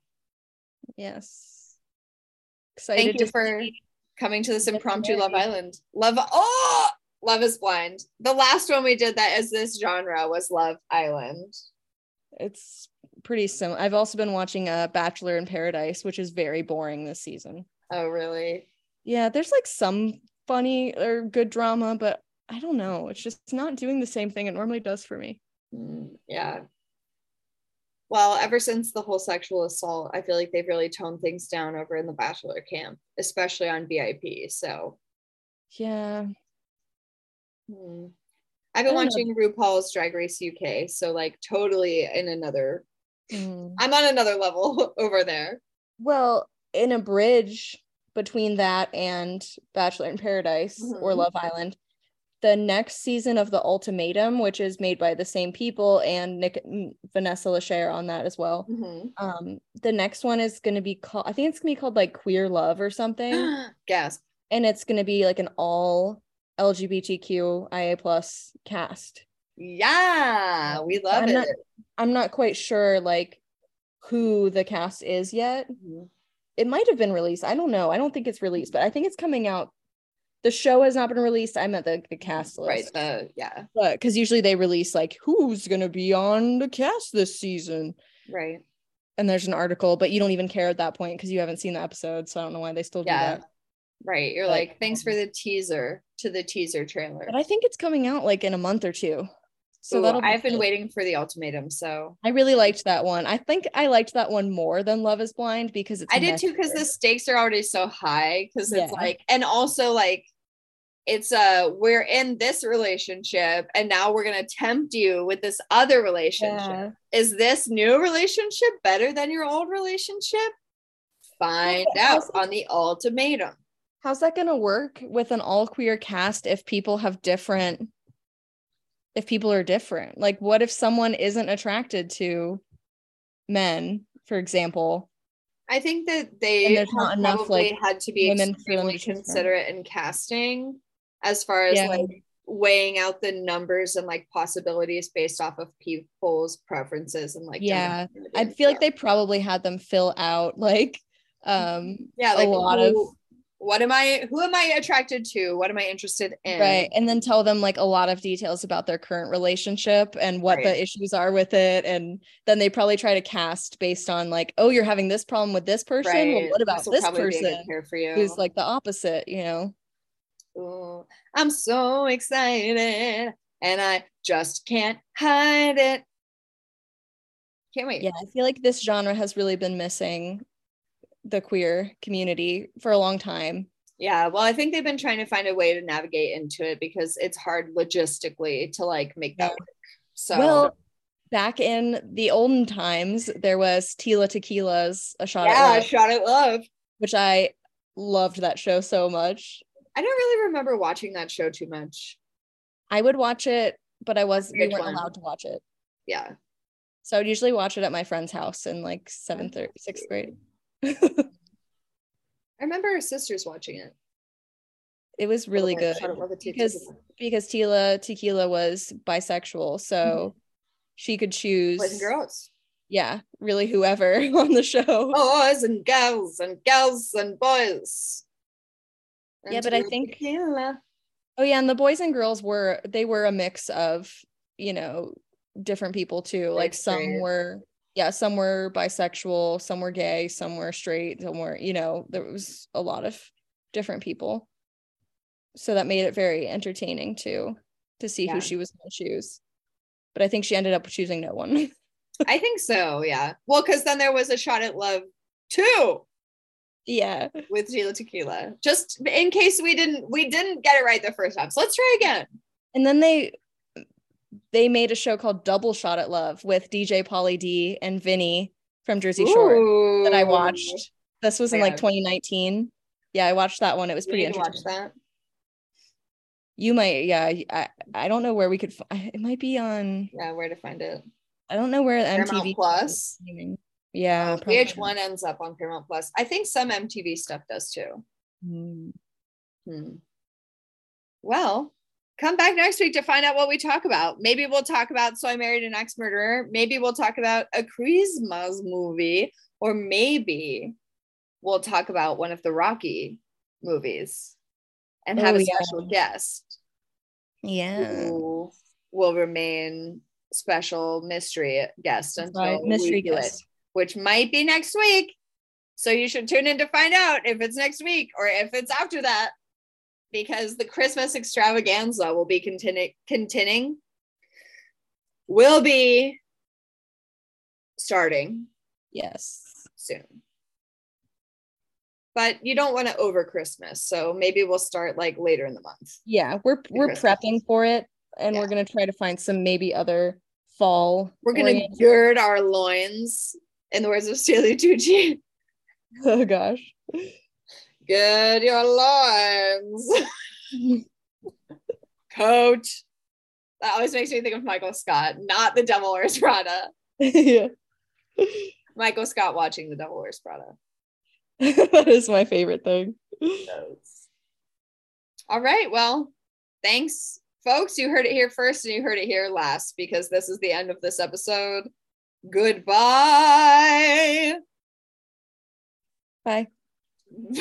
Speaker 2: <laughs> Yes.
Speaker 1: Thank
Speaker 2: Excited
Speaker 1: you
Speaker 2: to
Speaker 1: for
Speaker 2: see-
Speaker 1: coming to this
Speaker 2: Get
Speaker 1: impromptu Love
Speaker 2: married.
Speaker 1: Island. Love oh Love is Blind. The last one we did that is this genre was Love Island.
Speaker 2: it's pretty similar. I've also been watching uh, Bachelor in Paradise, which is very boring this season.
Speaker 1: Oh really?
Speaker 2: Yeah, there's like some funny or good drama, but I don't know. It's just not doing the same thing it normally does for me.
Speaker 1: Mm, yeah. Well, ever since the whole sexual assault, I feel like they've really toned things down over in the bachelor camp, especially on VIP. So
Speaker 2: Yeah.
Speaker 1: mm. I've been
Speaker 2: Hmm. I don't know.
Speaker 1: watching RuPaul's Drag Race UK. So like totally in another,
Speaker 2: Mm.
Speaker 1: I'm on another level <laughs> over there.
Speaker 2: Well, in a bridge between that and Bachelor in Paradise or
Speaker 1: Mhm.
Speaker 2: Love Island, the next season of The Ultimatum, which is made by the same people, and Nick mm, Vanessa Lachey are on that as well.
Speaker 1: <gasps> Mhm.
Speaker 2: um the next one is going to be called i think it's going to be called like queer love or <gasps> something
Speaker 1: Gasp.
Speaker 2: and it's going to be like an all lgbtqia plus cast
Speaker 1: Yeah, we love
Speaker 2: I'm
Speaker 1: it.
Speaker 2: not- i'm not quite sure like who the cast is yet
Speaker 1: Mhm.
Speaker 2: it might have been released i don't know i don't think it's released but i think it's coming out the show has not been released i'm at the, the cast
Speaker 1: Right.
Speaker 2: list
Speaker 1: The, yeah.
Speaker 2: but because usually they release like who's going to be on the cast this season
Speaker 1: Right.
Speaker 2: and there's an article but you don't even care at that point because you haven't seen the episode so i don't know why they still do
Speaker 1: Yeah.
Speaker 2: that
Speaker 1: Right. You're
Speaker 2: But,
Speaker 1: like, thanks for
Speaker 2: um,
Speaker 1: the teaser to the teaser trailer.
Speaker 2: but I think it's coming out like in a month or two. So
Speaker 1: Ooh,
Speaker 2: that'll be
Speaker 1: I've been
Speaker 2: good.
Speaker 1: waiting for the ultimatum. So
Speaker 2: I really liked that one. I think I liked that one more than Love is Blind because it's
Speaker 1: I did too because
Speaker 2: messier.
Speaker 1: the stakes are already so high. Because it's
Speaker 2: Yeah.
Speaker 1: like, and also like, it's uh we're in this relationship, and now we're gonna tempt you with this other relationship.
Speaker 2: Yeah.
Speaker 1: Is this new relationship better than your old relationship? Find
Speaker 2: but
Speaker 1: out
Speaker 2: also-
Speaker 1: on the ultimatum.
Speaker 2: How's that going to work with an all queer cast if people have different if people are different? Like what if someone isn't attracted to men, for example?
Speaker 1: I think that they
Speaker 2: And there's not
Speaker 1: have
Speaker 2: enough,
Speaker 1: probably
Speaker 2: like,
Speaker 1: had to be
Speaker 2: women for them
Speaker 1: extremely
Speaker 2: to choose from.
Speaker 1: considerate in casting as far as
Speaker 2: Yeah.
Speaker 1: like weighing out the numbers and like possibilities based off of people's preferences and like
Speaker 2: Yeah.
Speaker 1: demographics
Speaker 2: I
Speaker 1: and
Speaker 2: feel like
Speaker 1: stuff.
Speaker 2: they probably had them fill out like um
Speaker 1: yeah
Speaker 2: a
Speaker 1: like
Speaker 2: lot
Speaker 1: who-
Speaker 2: of-
Speaker 1: what am I who am I attracted to what am I interested in
Speaker 2: right and then tell them like a lot of details about their current relationship and what
Speaker 1: Right.
Speaker 2: the issues are with it and then they probably try to cast based on like oh you're having this problem with this person well,
Speaker 1: Right.
Speaker 2: what about
Speaker 1: will
Speaker 2: this
Speaker 1: probably be a good
Speaker 2: person
Speaker 1: pair for you
Speaker 2: who's like the opposite you know
Speaker 1: Ooh, I'm so excited and I just can't hide it can't wait
Speaker 2: yeah i feel like this genre has really been missing the queer community for a long time
Speaker 1: Yeah, well, I think they've been trying to find a way to navigate into it because it's hard logistically to like make that
Speaker 2: Yeah.
Speaker 1: work. So,
Speaker 2: well back in the olden times there was tila tequila's a shot
Speaker 1: yeah,
Speaker 2: at love,
Speaker 1: shot at love.
Speaker 2: which i loved that show so much
Speaker 1: I don't really remember watching that show too much.
Speaker 2: i would watch it but i was we
Speaker 1: Which
Speaker 2: weren't
Speaker 1: one?
Speaker 2: allowed to watch it
Speaker 1: Yeah,
Speaker 2: So I would usually watch it at my friend's house in like seventh or sixth grade.
Speaker 1: I remember our sisters watching it.
Speaker 2: It was really
Speaker 1: Like,
Speaker 2: good
Speaker 1: Shot at Love with Titi
Speaker 2: because
Speaker 1: Tequila.
Speaker 2: because Tila Tequila was bisexual, so she could choose.
Speaker 1: Mm-hmm. boys and girls.
Speaker 2: Yeah, really, whoever <laughs> on the show.
Speaker 1: Boys and girls and girls and boys.
Speaker 2: Yeah, but I
Speaker 1: Tila
Speaker 2: think-
Speaker 1: Tequila.
Speaker 2: Oh yeah, and the boys and girls were they were a mix of you know different people too. Like
Speaker 1: That's
Speaker 2: some
Speaker 1: great.
Speaker 2: were yeah, some were bisexual, some were gay, some were straight, some were you know there was a lot of different people. So that made it very entertaining too. to see
Speaker 1: Yeah.
Speaker 2: who she was going to choose. But I think she ended up choosing no one. <laughs>
Speaker 1: I think so. Yeah. Well, because then there was a shot at love too
Speaker 2: yeah.
Speaker 1: with Gila Tequila. Just in case we didn't we didn't get it right the first time. So let's try again.
Speaker 2: And then they they made a show called Double Shot at Love with DJ Polly D and Vinny from Jersey Shore that I
Speaker 1: Ooh.
Speaker 2: watched. This was in like
Speaker 1: Yeah.
Speaker 2: 2019. Yeah, I watched that one. It was
Speaker 1: We
Speaker 2: pretty
Speaker 1: need to
Speaker 2: interesting.
Speaker 1: watch that.
Speaker 2: You might, yeah. y- I, I don't know where we could. f- I- It might be on.
Speaker 1: Yeah, where to find it.
Speaker 2: I don't know where
Speaker 1: Paramount
Speaker 2: MTV is
Speaker 1: Plus?
Speaker 2: streaming. Yeah,
Speaker 1: Um,
Speaker 2: Uh, probably.
Speaker 1: VH1 ends up on Paramount Plus. I think some MTV stuff does too.
Speaker 2: Mm.
Speaker 1: Hmm. Well, come back next week to find out what we talk about. Maybe we'll talk about So I Married an Ex Murderer. Maybe we'll talk about a Christmas movie. Or maybe we'll talk about one of the Rocky movies and have
Speaker 2: Oh,
Speaker 1: a
Speaker 2: yeah.
Speaker 1: special guest
Speaker 2: Yeah.
Speaker 1: who will remain special mystery guest
Speaker 2: That's
Speaker 1: until
Speaker 2: right, mystery
Speaker 1: we do
Speaker 2: guest.
Speaker 1: it, which might be next week. So you should tune in to find out if it's next week or if it's after that, because the Christmas extravaganza will be continu- continuing, will be starting
Speaker 2: Yes.
Speaker 1: soon. But you don't want to over Christmas, so maybe we'll start like later in the month.
Speaker 2: Yeah, we're we're
Speaker 1: Christmas.
Speaker 2: prepping for it, and
Speaker 1: Yeah.
Speaker 2: we're gonna try to find some maybe other fall.
Speaker 1: We're gonna
Speaker 2: orient-
Speaker 1: gird our loins, in the words of Celia Tucci.
Speaker 2: <laughs>
Speaker 1: <laughs>
Speaker 2: Oh gosh. <laughs>
Speaker 1: Gird your loins, coat. That always makes me think of Michael Scott, not The Devil Wears Prada.
Speaker 2: yeah. <laughs>
Speaker 1: Michael Scott watching The Devil Wears Prada.
Speaker 2: that is my favorite thing.
Speaker 1: All right, well, thanks, folks. You heard it here first, and you heard it here last because this is the end of this episode. Goodbye.
Speaker 2: Bye.
Speaker 1: <laughs>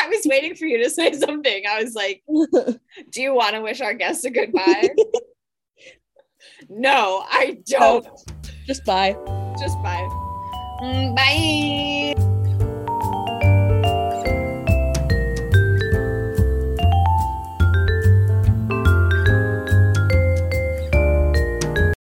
Speaker 1: I was waiting for you to say something. I was like, do you want to wish our guests a goodbye? no, I don't.
Speaker 2: Just bye.
Speaker 1: Just bye. Mm, bye.